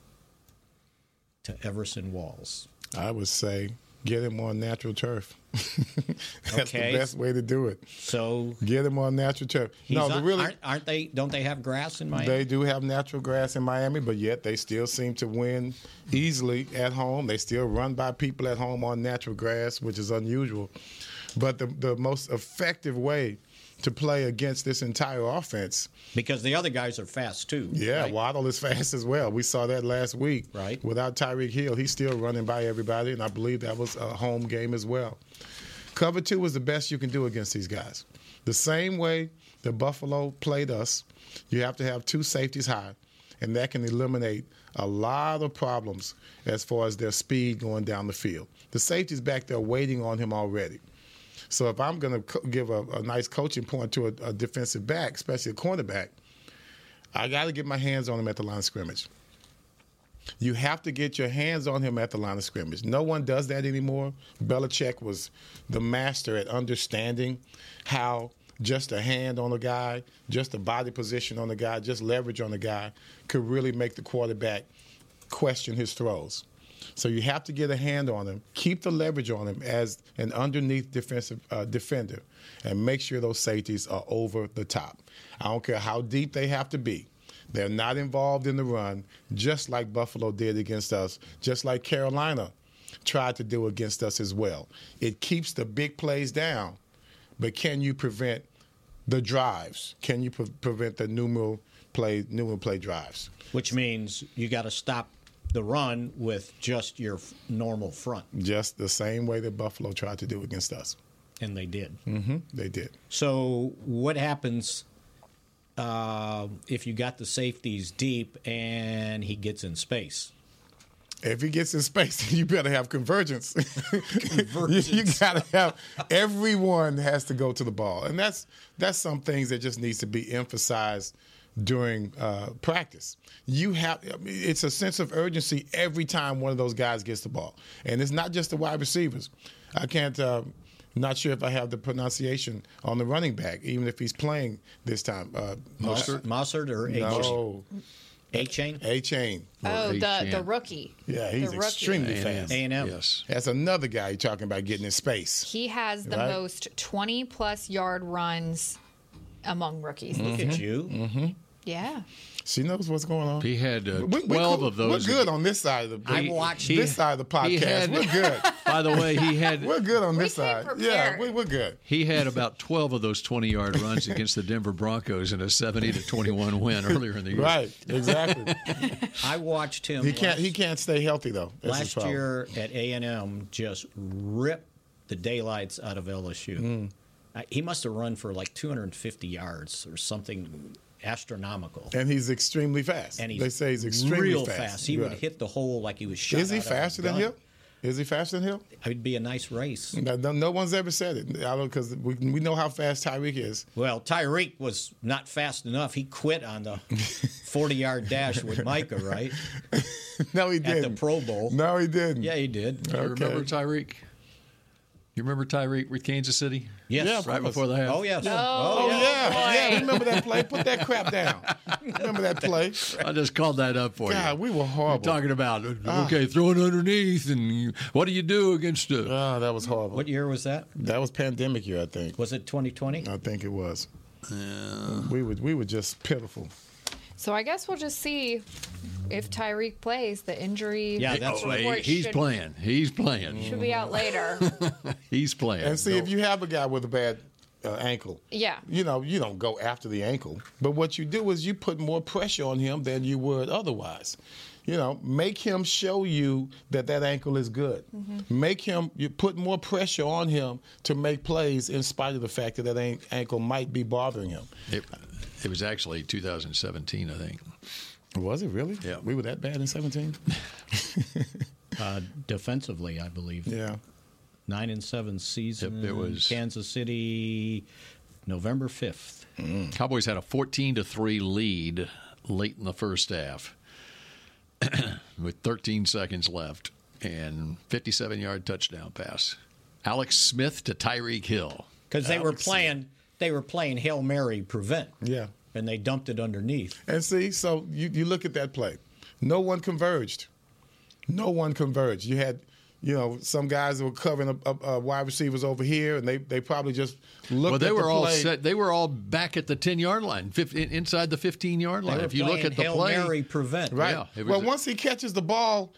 Speaker 7: to Everson Walls?
Speaker 5: I would say get him on natural turf. [LAUGHS] that's
Speaker 7: Okay.
Speaker 5: the best way to do it.
Speaker 7: So
Speaker 5: Get him on natural turf.
Speaker 7: he's
Speaker 5: no,
Speaker 7: on-
Speaker 5: the really
Speaker 7: aren't, aren't they? Don't they have grass in Miami?
Speaker 5: They do have natural grass in Miami, but yet they still seem to win easily at home. They still run by people at home on natural grass, which is unusual. But the, the most effective way to play against this entire offense
Speaker 7: because the other guys are fast too.
Speaker 5: yeah,
Speaker 7: right?
Speaker 5: Waddle is [LAUGHS] fast as well. We saw that last week. Right. Without Tyreek Hill, he's still running by everybody, and I believe that was a home game as well. Cover two is the best you can do against these guys. The same way that Buffalo played us, you have to have two safeties high, and that can eliminate a lot of problems as far as their speed going down the field. The safety's back there waiting on him already. So if I'm going to co- give a, a nice coaching point to a, a defensive back, especially a cornerback, I got to get my hands on him at the line of scrimmage. You have to get your hands on him at the line of scrimmage. No one does that anymore. Belichick was the master at understanding how just a hand on a guy, just a body position on the guy, just leverage on the guy could really make the quarterback question his throws. So you have to get a hand on him, keep the leverage on him as an underneath defensive uh, defender, and make sure those safeties are over the top. I don't care how deep they have to be. They're not involved in the run, just like Buffalo did against us, just like Carolina tried to do against us as well. It keeps the big plays down, but can you prevent the drives? Can you pre- prevent the numeral play, numeral play drives?
Speaker 7: Which means you got to stop the run with just your f- normal front,
Speaker 5: Just the same way that Buffalo tried to do against us.
Speaker 7: and they did.
Speaker 5: Mm-hmm. They did.
Speaker 7: So what happens uh, if you got the safeties deep and he gets in space?
Speaker 5: If he gets in space, [LAUGHS] you better have convergence. [LAUGHS] convergence. you, gotta have everyone has to go to the ball, and that's that's some things that just needs to be emphasized during uh, practice. You have I mean, it's a sense of urgency every time one of those guys gets the ball, and it's not just the wide receivers. I can't. Uh, not sure if I have the pronunciation on the running back, even if he's playing this time. Uh,
Speaker 7: Mostert? Mostert or A-Chain?
Speaker 5: No.
Speaker 7: A chain?
Speaker 5: A chain.
Speaker 8: Oh, the, the rookie.
Speaker 5: Yeah, he's
Speaker 8: the rookie.
Speaker 5: extremely fast.
Speaker 7: A&M.
Speaker 5: Yes. That's another guy you're talking about getting in space.
Speaker 8: He has the
Speaker 5: Right.
Speaker 8: most 20 plus yard runs among rookies.
Speaker 5: Look at Mhm.
Speaker 7: you.
Speaker 5: Mm-hmm.
Speaker 8: Yeah.
Speaker 5: She knows what's going on.
Speaker 6: He had uh,
Speaker 5: We- we
Speaker 6: 12
Speaker 5: cool-
Speaker 6: of those.
Speaker 5: We're good on this side of the.
Speaker 6: I watched-
Speaker 5: this side of the
Speaker 6: he
Speaker 5: podcast.
Speaker 6: had-
Speaker 5: we're good.
Speaker 6: [LAUGHS] By the way,
Speaker 5: [LAUGHS]
Speaker 6: he had-
Speaker 5: We're good on this side. Yeah,
Speaker 6: prepared.
Speaker 5: we, we're good.
Speaker 6: He had about 12 of those 20 yard runs against the Denver Broncos in a 70 to 21 win
Speaker 5: [LAUGHS]
Speaker 6: earlier in the year.
Speaker 5: Right, exactly.
Speaker 7: [LAUGHS] I watched him.
Speaker 5: he
Speaker 7: last-
Speaker 5: can't. He can't stay healthy though. That's his
Speaker 7: last
Speaker 5: problem.
Speaker 7: year at A and M just ripped the daylights out of LSU.
Speaker 5: Mm.
Speaker 7: Uh, he must have run for like 250 yards or something astronomical.
Speaker 5: and he's extremely fast.
Speaker 7: And he's
Speaker 5: they say he's extremely
Speaker 7: real
Speaker 5: fast.
Speaker 7: fast. He would
Speaker 5: Right.
Speaker 7: hit the hole like he was shot.
Speaker 5: Is he
Speaker 7: out of a
Speaker 5: faster than
Speaker 7: gun.
Speaker 5: him? Is he faster than him?
Speaker 7: It'd be a nice race.
Speaker 5: No, no- no one's ever said it. I don't because we, we know how fast Tyreek is. [LAUGHS]
Speaker 7: Well, Tyreek was not fast enough. He quit on
Speaker 5: [LAUGHS]
Speaker 7: the 40 yard dash with Micah, right?
Speaker 5: no, he
Speaker 7: didn't. At the Pro Bowl.
Speaker 5: No, he didn't.
Speaker 7: Yeah, he did.
Speaker 6: You remember Tyreek? You remember Tyreek with Kansas City?
Speaker 7: Yes. Yeah, of
Speaker 6: right
Speaker 7: course.
Speaker 6: before the half.
Speaker 7: Oh, yes.
Speaker 5: Oh, yeah, yeah. Remember that play? Put that crap down. Remember that play?
Speaker 6: I just called that up for
Speaker 5: God,
Speaker 6: you.
Speaker 5: we were horrible.
Speaker 6: You're talking about uh,
Speaker 5: Ah.
Speaker 6: okay, throw it underneath, and you- what do you do against the?
Speaker 5: Oh, that was horrible.
Speaker 7: What year was that?
Speaker 5: That was pandemic year, I think.
Speaker 7: Was it 2020?
Speaker 5: I think it was. We were we were just pitiful.
Speaker 8: So I guess we'll just see if Tyreek plays. The injury.
Speaker 6: Hey, oh, hey,
Speaker 8: report
Speaker 6: he's
Speaker 8: should-
Speaker 6: playing. He's playing.
Speaker 8: Should be out later.
Speaker 6: [LAUGHS] He's playing.
Speaker 5: And see, if you have a guy with a bad uh, ankle,
Speaker 8: Yeah.
Speaker 5: you know, you don't go after the ankle. But what you do is you put more pressure on him than you would otherwise. You know, make him show you that that ankle is good.
Speaker 10: Mhm.
Speaker 5: Make him you put more pressure on him to make plays in spite of the fact that that an- ankle might be bothering him.
Speaker 6: It, it was actually 2017, I think.
Speaker 5: Was it really? Yeah. We were that bad in 17?
Speaker 7: Uh, defensively, I believe.
Speaker 5: [LAUGHS] Yeah.
Speaker 7: Nine and seven season.
Speaker 6: Yep, it was-
Speaker 7: Kansas City, November 5th.
Speaker 6: Cowboys had a 14 to 3 lead late in the first half [CLEARS THROAT] with 13 seconds left and 57 yard touchdown pass. Alex Smith to Tyreek Hill.
Speaker 7: Because they were playing, they were playing Hail Mary prevent.
Speaker 5: Yeah.
Speaker 7: And they dumped it underneath.
Speaker 5: And see, so you, you look at that play. No one converged. No one converged. You had, you know, some guys that were covering uh, uh, wide receivers over here, and they, they probably just looked
Speaker 6: well, they
Speaker 5: at
Speaker 6: were
Speaker 5: the
Speaker 6: all
Speaker 5: play.
Speaker 6: set. They were all back at the 10 yard line, fif- in- inside the 15 yard
Speaker 7: They
Speaker 6: line.
Speaker 7: were
Speaker 6: If you look
Speaker 7: playing
Speaker 6: at the
Speaker 7: Hail
Speaker 6: play,
Speaker 7: Mary prevent.
Speaker 5: Right.
Speaker 6: Yeah, it was
Speaker 5: well,
Speaker 6: a-
Speaker 5: once he catches the ball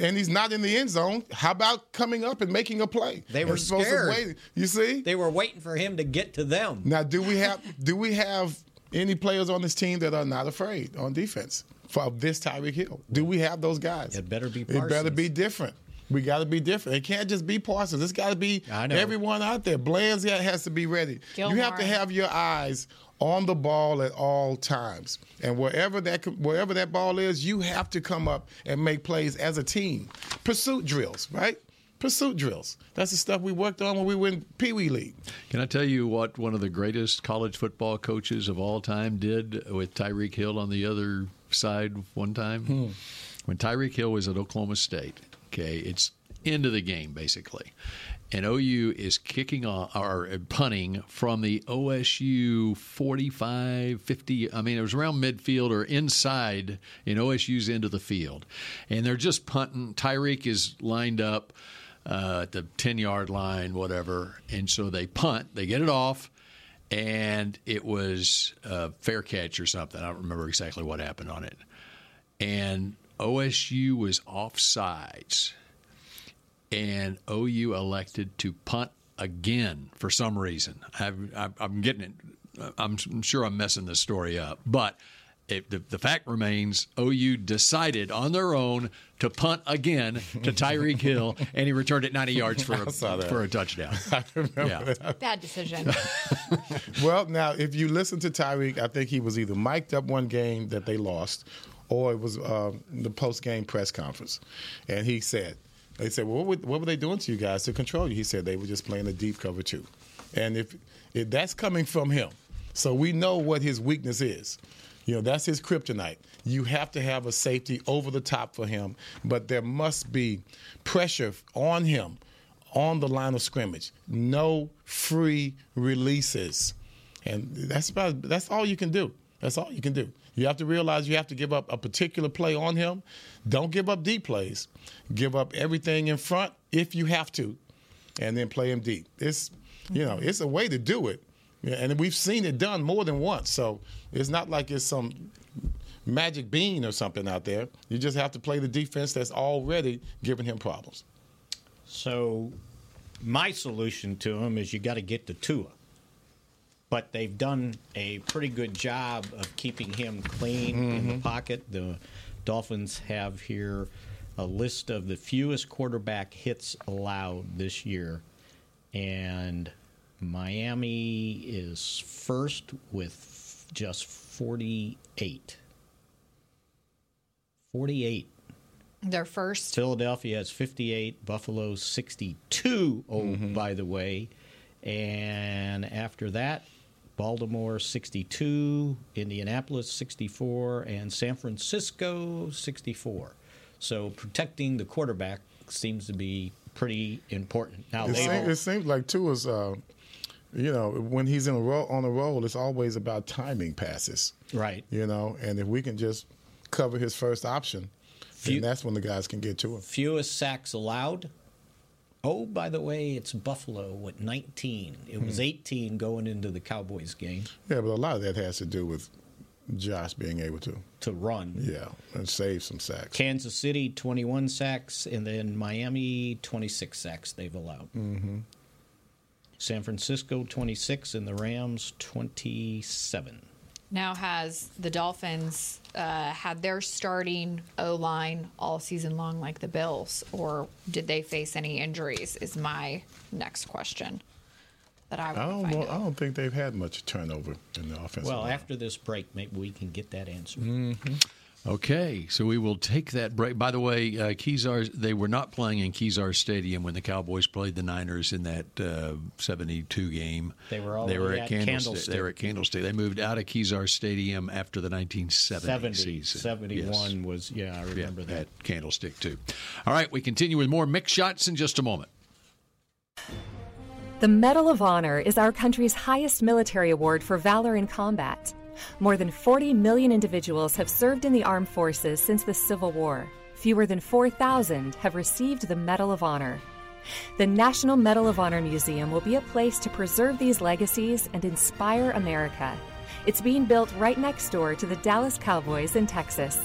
Speaker 5: and he's not in the end zone, how about coming up and making a play?
Speaker 7: They were
Speaker 5: You're supposed to
Speaker 7: scared.
Speaker 5: wait. You see?
Speaker 7: They were waiting for him to get to them.
Speaker 5: Now, do we have do we have any players on this team that are not afraid on defense for this Tyreek Hill? Do we have those guys? It
Speaker 7: better be.
Speaker 5: It better be different. We got to be different. It can't just be Parsons. It's got to be
Speaker 7: know.
Speaker 5: everyone out there. Bland's got- has to be ready. You have to
Speaker 8: Gilmore.
Speaker 5: have your eyes on the ball at all times, and wherever that wherever that ball is, you have to come up and make plays as a team. Pursuit drills, right? Pursuit drills. That's the stuff we worked on when we were in Pee Wee League.
Speaker 6: Can I tell you what one of the greatest college football coaches of all time did with Tyreek Hill on the other side one time? When Tyreek Hill was at Oklahoma State, okay, it's into the game, basically. And OU is kicking off or punting from the OSU 45, 50. I mean, it was around midfield or inside in OSU's end of the field. And they're just punting. Tyreek is lined up uh, at the 10 yard line, whatever. And so they punt, they get it off and it was a fair catch or something. I don't remember exactly what happened on it. And OSU was off sides, and OU elected to punt again for some reason. I've, I've, I'm getting it. I'm sure I'm messing this story up, but it, the, the fact remains OU decided on their own to punt again to Tyreek Hill, and he returned it 90 yards for a, for a touchdown. yeah. [LAUGHS]
Speaker 8: Bad decision.
Speaker 5: well, now if you listen to Tyreek, I think he was either mic'd up one game that they lost, or it was um, the post game press conference, and he said, "They said, well, what, would, what were they doing to you guys to control you?" He said, "They were just playing a deep cover two," and if, if that's coming from him, so we know what his weakness is. You know, that's his kryptonite. You have to have a safety over the top for him, but there must be pressure on him on the line of scrimmage. No free releases. And that's about that's all you can do. That's all you can do. You have to realize you have to give up a particular play on him. Don't give up deep plays. Give up everything in front if you have to, and then play him deep. It's you know, it's a way to do it. Yeah, and we've seen it done more than once. So it's not like it's some magic bean or something out there. You just have to play the defense that's already giving him problems.
Speaker 7: So my solution to him is you got to get to Tua. But they've done a pretty good job of keeping him clean in the
Speaker 10: Mhm.
Speaker 7: pocket. The Dolphins have here a list of the fewest quarterback hits allowed this year. And Miami is first with f- just 48. 48.
Speaker 8: Their first.
Speaker 7: Philadelphia has 58, Buffalo 62. Oh,
Speaker 5: Mm-hmm.
Speaker 7: by the way, and after that, Baltimore 62, Indianapolis 64, and San Francisco 64. So protecting the quarterback seems to be pretty important. Now
Speaker 5: it,
Speaker 7: they
Speaker 5: seem, it seems like Tua's, uh, you know, when he's in a roll, on a roll, it's always about timing passes.
Speaker 7: Right.
Speaker 5: You know, and if we can just cover his first option, then that's when the guys can get to him.
Speaker 7: fewest sacks allowed. Oh, by the way, it's Buffalo with 19. It was
Speaker 5: Hmm.
Speaker 7: 18 going into the Cowboys game.
Speaker 5: Yeah, but a lot of that has to do with Josh being able to
Speaker 7: to run.
Speaker 5: Yeah, and save some sacks.
Speaker 7: Kansas City, 21 sacks, and then Miami, 26 sacks they've allowed.
Speaker 5: Mm-hmm.
Speaker 7: San Francisco, 26, and the Rams, 27.
Speaker 8: now has the Dolphins uh, had their starting O line all season long, like the Bills, or did they face any injuries? Is my next question that I
Speaker 5: I
Speaker 8: want
Speaker 7: Oh,
Speaker 8: to
Speaker 5: don't
Speaker 8: find
Speaker 5: know.
Speaker 8: out.
Speaker 5: I don't think they've had much turnover in the offense.
Speaker 7: Well, after this break, maybe we can get that answer.
Speaker 6: Okay, so we will take that break. By the way, uh, Kezar, they were not playing in Kezar Stadium when the Cowboys played the Niners in that uh, 72 game.
Speaker 7: They were all
Speaker 6: they were
Speaker 7: at
Speaker 6: at Candlestick.
Speaker 7: Candlestick.
Speaker 6: They were at Candlestick. They moved out of Kezar Stadium after the 1970
Speaker 7: 70,
Speaker 6: season.
Speaker 7: 71 was, yeah, I remember that.
Speaker 6: At Candlestick, too. All right, we continue with more mix shots in just a moment.
Speaker 11: The Medal of Honor is our country's highest military award for valor in combat. More than 40 million individuals have served in the armed forces since the Civil War. Fewer than 4,000 have received the Medal of Honor. The National Medal of Honor Museum will be a place to preserve these legacies and inspire America. It's being built right next door to the Dallas Cowboys in Texas.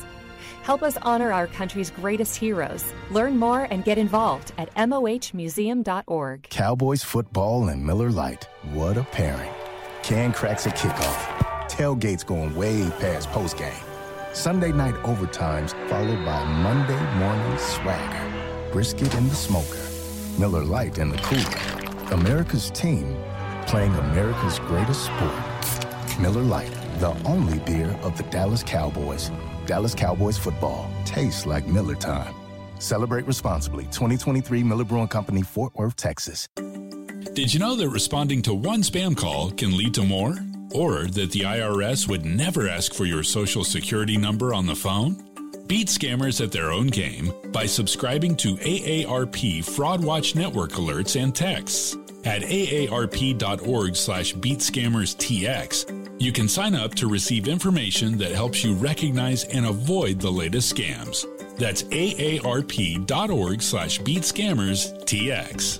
Speaker 11: Help us honor our country's greatest heroes. Learn more and get involved at mohmuseum.org.
Speaker 12: Cowboys football and Miller Lite. What a pairing. Can cracks a kickoff. Tailgates going way past postgame. Sunday night overtimes followed by Monday morning swagger. Brisket in the smoker. Miller Lite in the cooler. America's team playing America's greatest sport. Miller Lite, the only beer of the Dallas Cowboys. Dallas Cowboys football tastes like Miller time. Celebrate responsibly. 2023 Miller Brewing Company, Fort Worth, Texas.
Speaker 9: Did you know that responding to one spam call can lead to more? Or that the IRS would never ask for your social security number on the phone? Beat scammers at their own game by subscribing to AARP Fraud Watch Network alerts and texts. At aarp.org slash beatscammerstx, you can sign up to receive information that helps you recognize and avoid the latest scams. That's aarp.org slash beatscammerstx.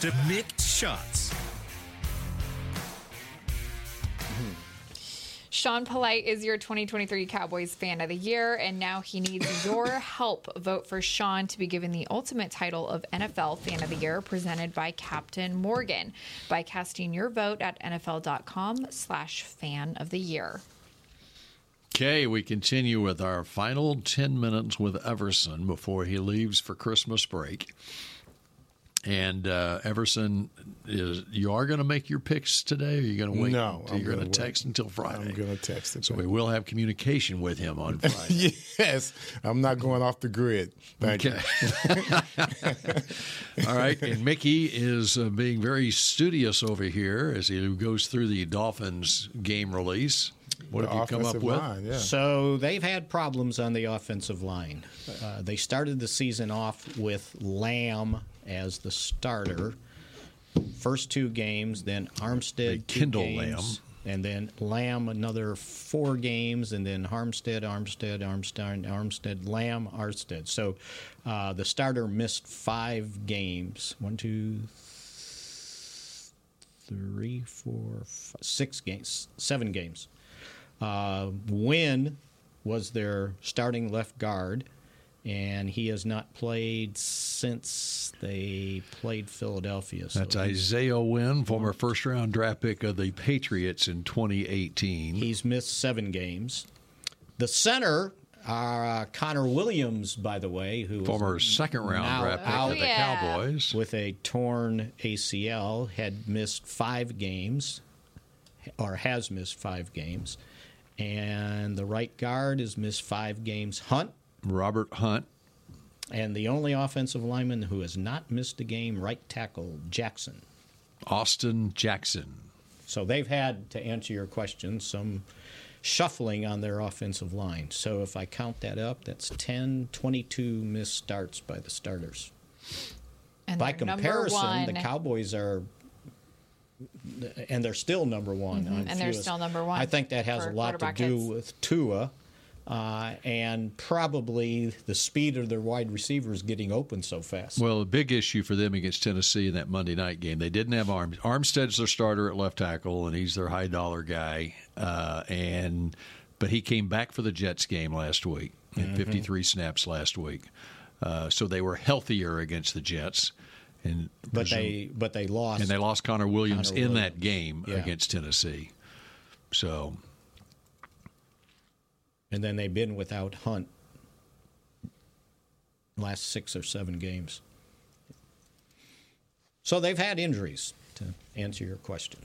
Speaker 3: to mixed shots.
Speaker 8: Sean Polite is your 2023 Cowboys Fan of the Year, and now he
Speaker 7: [LAUGHS]
Speaker 8: needs your help. Vote for Sean to be given the ultimate title of NFL Fan of the Year, presented by Captain Morgan, by casting your vote at nfl.com/slash Fan of the Year.
Speaker 6: Okay, we continue with our final 10 minutes with Everson before he leaves for Christmas break. And uh, Everson, is you are going to make your picks today, or you are going to wait?
Speaker 5: No,
Speaker 6: until
Speaker 5: I'm
Speaker 6: you're
Speaker 5: gonna
Speaker 6: going to
Speaker 5: wait.
Speaker 6: text until Friday. I'm
Speaker 5: going to text.
Speaker 6: So we will have communication with him
Speaker 5: [LAUGHS]
Speaker 6: on Friday.
Speaker 5: yes, I'm not going off the grid. Thank you.
Speaker 6: All right, and Mickey is uh, being very studious over here as he goes through the Dolphins game release. What have you come up with?
Speaker 7: So they've had problems on the offensive line. Uh, they started the season off with Lamb as the starter. First two games, then Armstead, two
Speaker 6: Kindle
Speaker 7: games, and then Lamb another four games, and then Armstead, Armstead, Armstead, Armstead, Lamb, Armstead. So uh, the starter missed five games. One, two, three, four, five, six games, seven games. Uh, Wynn was their starting left guard, and he has not played since they played Philadelphia. So
Speaker 6: That's Isaiah Wynn, former first round draft pick of the Patriots in 2018.
Speaker 7: He's missed seven games. The center. Uh, Connor Williams, by the way, who is
Speaker 6: Former second-round
Speaker 7: now
Speaker 6: draft pick of
Speaker 7: out
Speaker 6: the Yeah. Cowboys
Speaker 7: with a torn ACL, had missed five games, or has missed five games, and the right guard has missed five games. Hunt,
Speaker 6: Robert Hunt,
Speaker 7: and the only offensive lineman who has not missed a game, right tackle Jackson.
Speaker 6: Austin Jackson.
Speaker 7: So they've had, to answer your question, some shuffling on their offensive line. So if I count that up, that's 10, 22 missed starts by the starters.
Speaker 8: And
Speaker 7: by
Speaker 8: they're number
Speaker 7: comparison,
Speaker 8: one.
Speaker 7: the Cowboys are, and they're still number one.
Speaker 8: Mhm,
Speaker 7: on
Speaker 8: and they're
Speaker 7: fewest.
Speaker 8: still number one
Speaker 7: I think that has a
Speaker 8: for
Speaker 7: lot to
Speaker 8: quarterback
Speaker 7: do
Speaker 8: hits.
Speaker 7: with Tua. Uh, and probably the speed of their wide receivers getting open so fast.
Speaker 6: Well, the big issue for them against Tennessee in that Monday night game, they didn't have Arms. Armstead's their starter at left tackle, and he's their high dollar guy. Uh, and but he came back for the Jets game last week, in
Speaker 9: Mhm.
Speaker 6: 53 snaps last week. Uh, so they were healthier against the Jets, and
Speaker 7: But they but they lost.
Speaker 6: and they lost Connor Williams
Speaker 7: Connor
Speaker 6: in
Speaker 7: Williams.
Speaker 6: that game
Speaker 7: Yeah.
Speaker 6: against Tennessee. So
Speaker 7: And then they've been without Hunt last six or seven games. So they've had injuries to answer your question.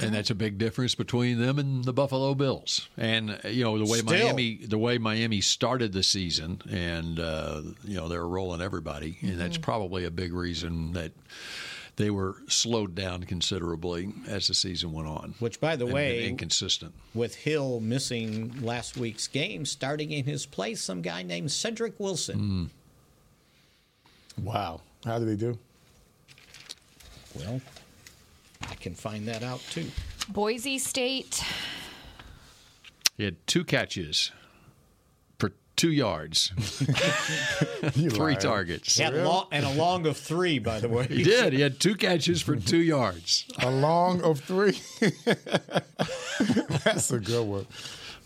Speaker 6: and that's a big difference between them and the Buffalo Bills. And uh, you know the way
Speaker 7: Still.
Speaker 6: Miami, the way Miami started the season, and uh, you know they were rolling everybody, and that's
Speaker 7: Mm-hmm.
Speaker 9: Mhm.
Speaker 6: probably a big reason that they were slowed down considerably as the season went on.
Speaker 7: Which, by the
Speaker 6: and,
Speaker 7: way,
Speaker 6: and inconsistent.
Speaker 7: With Hill missing last week's game, starting in his place, some guy named Cedric Wilson.
Speaker 5: Wow, how did he do?
Speaker 7: Well, I can find that out too.
Speaker 8: Boise State.
Speaker 6: He had two catches for two
Speaker 7: [LAUGHS]
Speaker 6: yards, [LAUGHS] three
Speaker 7: liar.
Speaker 6: targets,
Speaker 7: Had lo- and a long of three, by [LAUGHS] the way.
Speaker 6: He did. He had two catches for two yards.
Speaker 5: A long of three. [LAUGHS] That's a good one.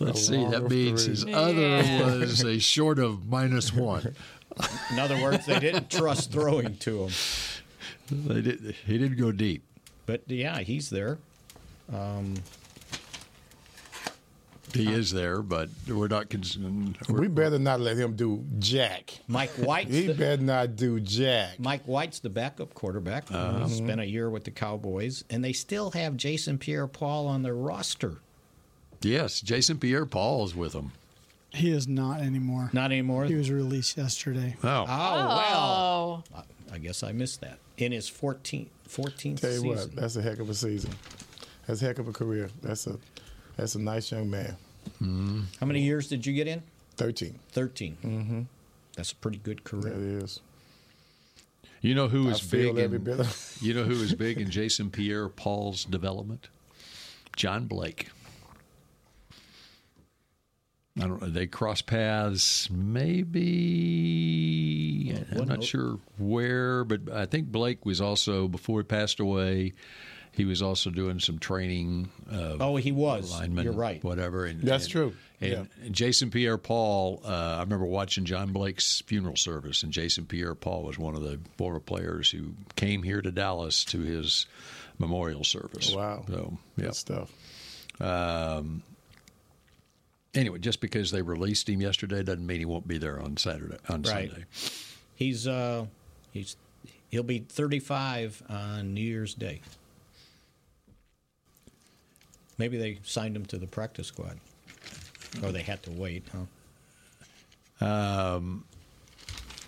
Speaker 6: Let's
Speaker 5: A
Speaker 6: see.
Speaker 5: long
Speaker 6: That
Speaker 5: of
Speaker 6: means
Speaker 5: three.
Speaker 6: his other was
Speaker 5: [LAUGHS]
Speaker 6: a short of minus one.
Speaker 7: [LAUGHS] In other words, they didn't trust throwing to him.
Speaker 6: They did. He didn't go deep.
Speaker 7: But yeah, he's there. Um,
Speaker 6: He is there, but we're not concerned.
Speaker 5: We better not let him do jack.
Speaker 7: Mike White.
Speaker 5: he better not do jack.
Speaker 7: Mike White's the backup quarterback.
Speaker 5: Uh-huh.
Speaker 7: He spent a year with the Cowboys, and they still have Jason Pierre-Paul on their roster.
Speaker 6: Yes, Jason Pierre-Paul is with him.
Speaker 10: He is not anymore.
Speaker 7: Not anymore.
Speaker 10: He was released yesterday.
Speaker 7: well.
Speaker 6: Oh.
Speaker 8: Oh,
Speaker 7: I guess I missed that. In his 14th, 14th
Speaker 5: Tell you
Speaker 7: season.
Speaker 5: what, that's a heck of a season. That's a heck of a career. That's a that's a nice young man.
Speaker 7: How many years did you get in?
Speaker 5: 13.
Speaker 7: 13. Mm-hmm. That's a pretty good career.
Speaker 5: It is.
Speaker 6: You know who
Speaker 5: I
Speaker 6: is
Speaker 5: feel
Speaker 6: big?
Speaker 5: every
Speaker 6: In,
Speaker 5: bit of-
Speaker 6: you know who is big
Speaker 5: [LAUGHS]
Speaker 6: in Jason Pierre-Paul's development? John Blake. I don't know. They cross paths, maybe. I'm
Speaker 7: one
Speaker 6: not
Speaker 7: o-
Speaker 6: sure where, but I think Blake was also before he passed away. He was also doing some training. Of
Speaker 7: Oh, he was.
Speaker 6: linemen,
Speaker 7: You're right.
Speaker 6: Whatever. And
Speaker 7: That's
Speaker 6: and-
Speaker 7: true.
Speaker 6: And
Speaker 7: Yeah.
Speaker 6: and Jason Pierre Paul, uh, I remember watching John Blake's funeral service, and Jason Pierre Paul was one of the former players who came here to Dallas to his memorial service. Wow. So, yeah. Good
Speaker 5: stuff.
Speaker 6: Um, anyway, just because they released him yesterday doesn't mean he won't be there on Saturday, on
Speaker 7: Right.
Speaker 6: Sunday.
Speaker 7: He's uh, he's he'll be 35 on New Year's Day. Maybe they signed him to the practice squad, or they had to wait, huh?
Speaker 6: Um,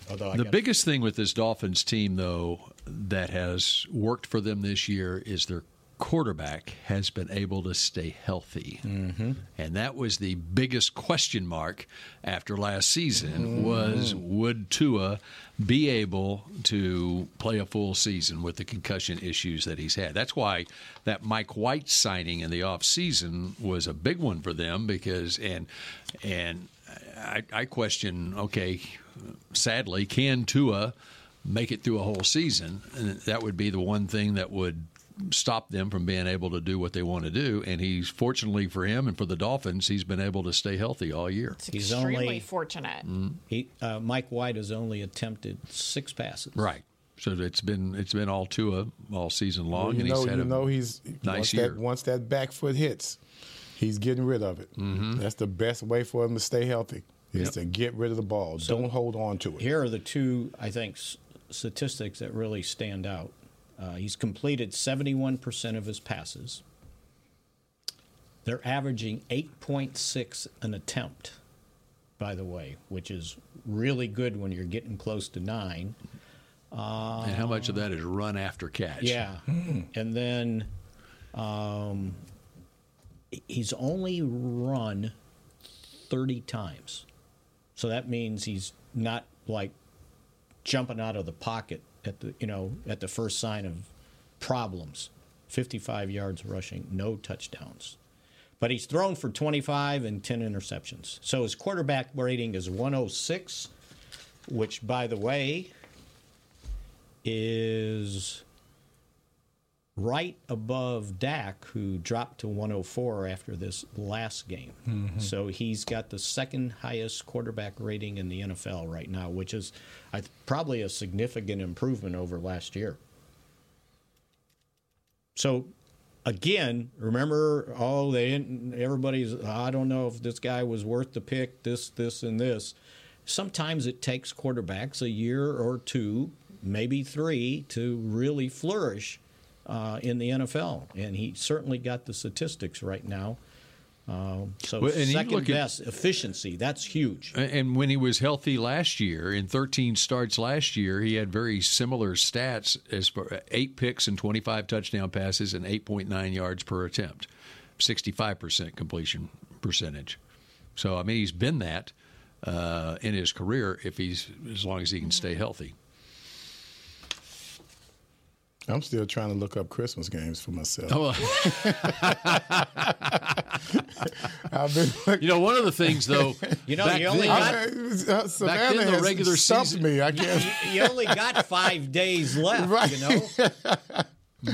Speaker 7: Although I
Speaker 6: the
Speaker 7: got-
Speaker 6: biggest thing with this Dolphins team, though, that has worked for them this year is their quarterback has been able to stay healthy, mm-hmm. and that was the biggest question mark after last season was would Tua be able to play a full season with the concussion issues that he's had. That's why that Mike White signing in the offseason was a big one for them because and and I, I question, okay, sadly, can Tua make it through a whole season? And that would be the one thing that would stop them from being able to do what they want to do. And he's fortunately for him and for the Dolphins, he's been able to stay healthy all year.
Speaker 7: He's
Speaker 8: Extremely
Speaker 7: only
Speaker 8: fortunate.
Speaker 7: he uh, Mike White has only attempted six passes.
Speaker 6: right. So it's been it's been all Tua all season long,
Speaker 5: you
Speaker 6: and
Speaker 5: know,
Speaker 6: he's had
Speaker 5: you
Speaker 6: a
Speaker 5: know he's
Speaker 6: nice
Speaker 5: once
Speaker 6: year.
Speaker 5: that once that back foot hits, he's getting rid of it.
Speaker 6: Mm-hmm.
Speaker 5: That's the best way for him to stay healthy is
Speaker 7: Yep.
Speaker 5: to get rid of the ball.
Speaker 7: So-
Speaker 5: Don't hold on to it.
Speaker 7: Here are the two, I think, s- statistics that really stand out. Uh, he's completed 71% of his passes. They're averaging 8.6 an attempt, by the way, which is really good when you're getting close to nine. Uh,
Speaker 6: and how much of that is run after catch?
Speaker 7: yeah. And then um, he's only run 30 times. So that means he's not like jumping out of the pocket at the, you know, at the first sign of problems. 55 yards rushing, no touchdowns. But he's thrown for 25 and 10 interceptions. So his quarterback rating is 106, which, by the way, is right above Dak, who dropped to 104 after this last game.
Speaker 13: Mhm.
Speaker 7: So he's got the second highest quarterback rating in the NFL right now, which is I th- probably a significant improvement over last year. So again, remember, oh, they didn't. Everybody's. I don't know if this guy was worth the pick. This, this, and this. Sometimes it takes quarterbacks a year or two, maybe three, to really flourish uh, in the NFL, and he certainly got the statistics right now. Um, so
Speaker 6: Well, and you
Speaker 7: second
Speaker 6: look at- Uh,
Speaker 7: best efficiency. That's huge.
Speaker 6: A- And when he was healthy last year, in 13 starts last year, he had very similar stats as for eight picks and 25 touchdown passes and 8.9 yards per attempt, 65% completion percentage. So I mean, he's been that uh, in his career if he's as long as he can stay healthy.
Speaker 5: I'm still trying to look up Christmas games for myself.
Speaker 6: Oh,
Speaker 7: Oh,
Speaker 5: [LAUGHS] I've been
Speaker 6: you know, one of the things
Speaker 5: [LAUGHS]
Speaker 6: though,
Speaker 7: You know,
Speaker 6: back
Speaker 7: you only
Speaker 6: then-
Speaker 7: got-
Speaker 5: Uh, Savannah
Speaker 7: the
Speaker 5: has
Speaker 7: regular
Speaker 5: stumped
Speaker 7: [LAUGHS] season-
Speaker 5: me. I can't.
Speaker 6: [LAUGHS]
Speaker 7: you only got five days left, you know.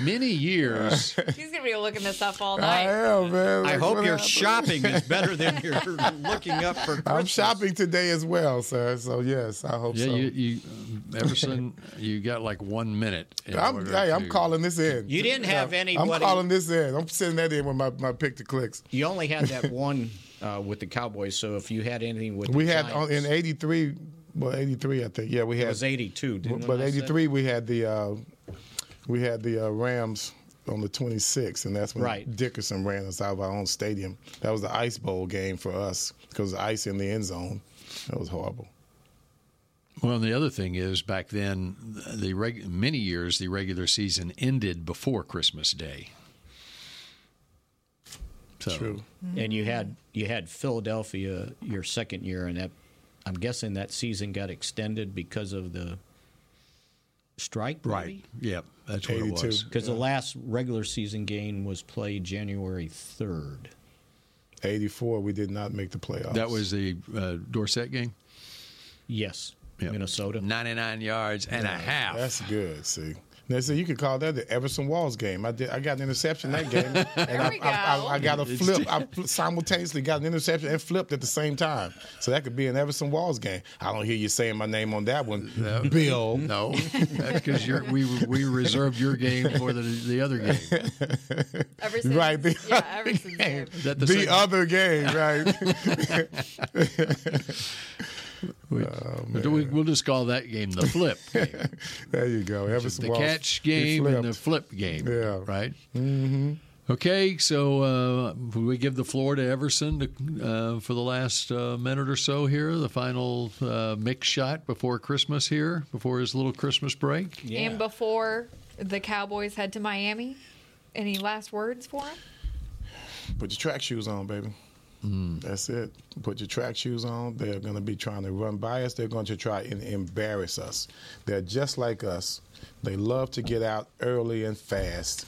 Speaker 6: many years.
Speaker 8: He's gonna be looking this up all
Speaker 5: [LAUGHS] I
Speaker 8: night.
Speaker 5: am, man.
Speaker 7: I
Speaker 5: Like,
Speaker 7: hope
Speaker 5: what
Speaker 7: your
Speaker 5: happened?
Speaker 7: shopping is
Speaker 5: [LAUGHS]
Speaker 7: better than your looking up for Christmas.
Speaker 5: I'm shopping today as well, sir. So yes, I hope
Speaker 6: yeah,
Speaker 5: so.
Speaker 6: you, you,
Speaker 5: [LAUGHS]
Speaker 6: Everson, you got like one minute. in
Speaker 5: I'm,
Speaker 6: order
Speaker 5: hey, I'm
Speaker 6: to-
Speaker 5: calling this in.
Speaker 7: You didn't have
Speaker 5: I'm
Speaker 7: anybody-
Speaker 5: calling this in. I'm sending that in with my, my pick to clicks.
Speaker 7: You only had that one uh, with the Cowboys, so if you had anything with
Speaker 5: We
Speaker 7: the
Speaker 5: had oh, on-
Speaker 7: Giants,
Speaker 5: in '83, well '83 I think. Yeah, we had.
Speaker 7: it was 82, didn't
Speaker 5: but
Speaker 7: it?
Speaker 5: '83 we had the uh, we had the uh, Rams on the 26th, and that's when
Speaker 7: Right.
Speaker 5: Dickerson ran us out of our own stadium. That was the Ice Bowl game for us because the ice in the end zone. That was horrible.
Speaker 6: Well, and the other thing is, back then, the reg- many years the regular season ended before Christmas Day. So,
Speaker 5: True.
Speaker 7: And you had you had Philadelphia your second year, and that I'm guessing that season got extended because of the strike,
Speaker 6: Right. Yep. That's what it was.
Speaker 7: Because the last regular season game was played January 3rd.
Speaker 5: '84 we did not make the playoffs.
Speaker 6: That was the uh, Dorset game.
Speaker 7: Yes,
Speaker 6: Yep.
Speaker 7: Minnesota.
Speaker 6: 99 yards and a half.
Speaker 5: That's good. See. Now, see, you could call that the Everson Walls game. I did. I got an interception
Speaker 8: [LAUGHS]
Speaker 5: that game, and I,
Speaker 8: we
Speaker 5: I,
Speaker 8: go.
Speaker 5: I, I got a flip. I fl- simultaneously got an interception and flipped at the same time. So that could be an Everson Walls game. I don't hear you saying my name on that one, [LAUGHS] Bill.
Speaker 6: No, that's because we we reserved your game for the the other game.
Speaker 5: [LAUGHS]
Speaker 8: Ever since,
Speaker 5: Right. The,
Speaker 8: yeah, ever since there.
Speaker 6: Is that
Speaker 5: [LAUGHS] the,
Speaker 6: the same-
Speaker 5: other game, right? [LAUGHS]
Speaker 6: We, we, will just call that game the
Speaker 5: [LAUGHS]
Speaker 6: flip game,
Speaker 5: there you go. Everson
Speaker 6: the
Speaker 5: Walls.
Speaker 6: catch
Speaker 5: he
Speaker 6: game, and the
Speaker 5: flipped.
Speaker 6: flip game.
Speaker 5: Yeah.
Speaker 6: right. Mm-hmm. Okay, so uh, we give the floor to Everson to, uh, for the last uh, minute or so here, the final uh, mix shot before Christmas here, before his little Christmas break.
Speaker 8: And before the Cowboys head to Miami, any last words for him?
Speaker 5: Put your track shoes on, baby. That's it. Put your track shoes on. They're going to be trying to run by us. They're going to try and embarrass us. They're just like us. They love to get out early and fast.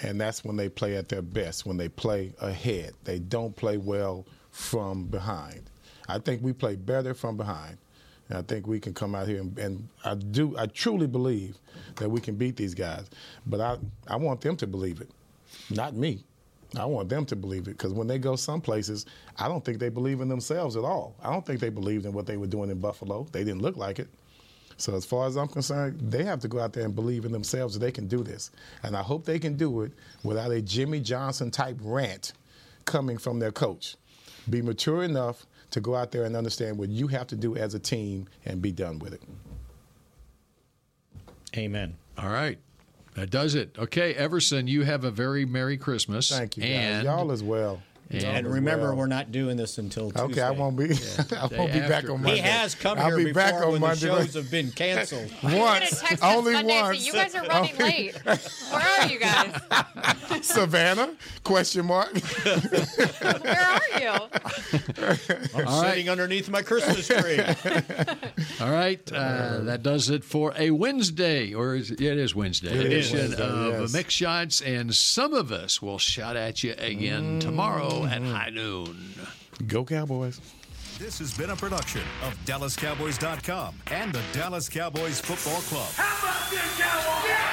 Speaker 5: And that's when they play at their best, when they play ahead. They don't play well from behind. I think we play better from behind. And I think we can come out here and, and I do I truly believe that we can beat these guys. But I, I want them to believe it. Not me. I want them to believe it because when they go some places, I don't think they believe in themselves at all. I don't think they believed in what they were doing in Buffalo. They didn't look like it. So as far as I'm concerned, they have to go out there and believe in themselves that they can do this. And I hope they can do it without a Jimmy Johnson type rant coming from their coach. Be mature enough to go out there and understand what you have to do as a team and be done with it.
Speaker 7: Amen.
Speaker 6: All right, that does it. Okay, Everson, you have a very merry Christmas.
Speaker 5: Thank you, guys.
Speaker 6: And
Speaker 5: Y'all as well.
Speaker 6: And-
Speaker 5: Y'all
Speaker 7: And
Speaker 5: as
Speaker 7: remember,
Speaker 5: well.
Speaker 7: we're not doing this until Tuesday.
Speaker 5: Okay, I won't be. [LAUGHS] I
Speaker 6: day
Speaker 5: won't be back
Speaker 6: after.
Speaker 5: on
Speaker 6: He
Speaker 5: Monday.
Speaker 7: He has come
Speaker 5: I'll
Speaker 7: here
Speaker 5: be
Speaker 7: before
Speaker 5: back on
Speaker 7: when
Speaker 5: Monday.
Speaker 7: the shows have been
Speaker 5: [LAUGHS]
Speaker 7: canceled.
Speaker 8: He's
Speaker 5: once,
Speaker 8: gonna text
Speaker 5: only
Speaker 8: us Monday and
Speaker 5: once.
Speaker 8: Say, you guys are
Speaker 5: [LAUGHS]
Speaker 8: running late. Where are you guys?
Speaker 5: Savannah? Question mark.
Speaker 8: Where are you?
Speaker 7: I'm sitting underneath my Christmas tree.
Speaker 6: All right, uh, that does it for a Wednesday, or is it, yeah, it is Wednesday
Speaker 5: It is
Speaker 6: edition
Speaker 5: Wednesday,
Speaker 6: of
Speaker 5: yes.
Speaker 6: Mix Shots, and some of us will shout at you again tomorrow at
Speaker 5: Mm-hmm.
Speaker 6: high noon.
Speaker 5: Go Cowboys.
Speaker 1: This has been a production of DallasCowboys.com and the Dallas Cowboys Football Club.
Speaker 14: How about this, Cowboys? Yeah!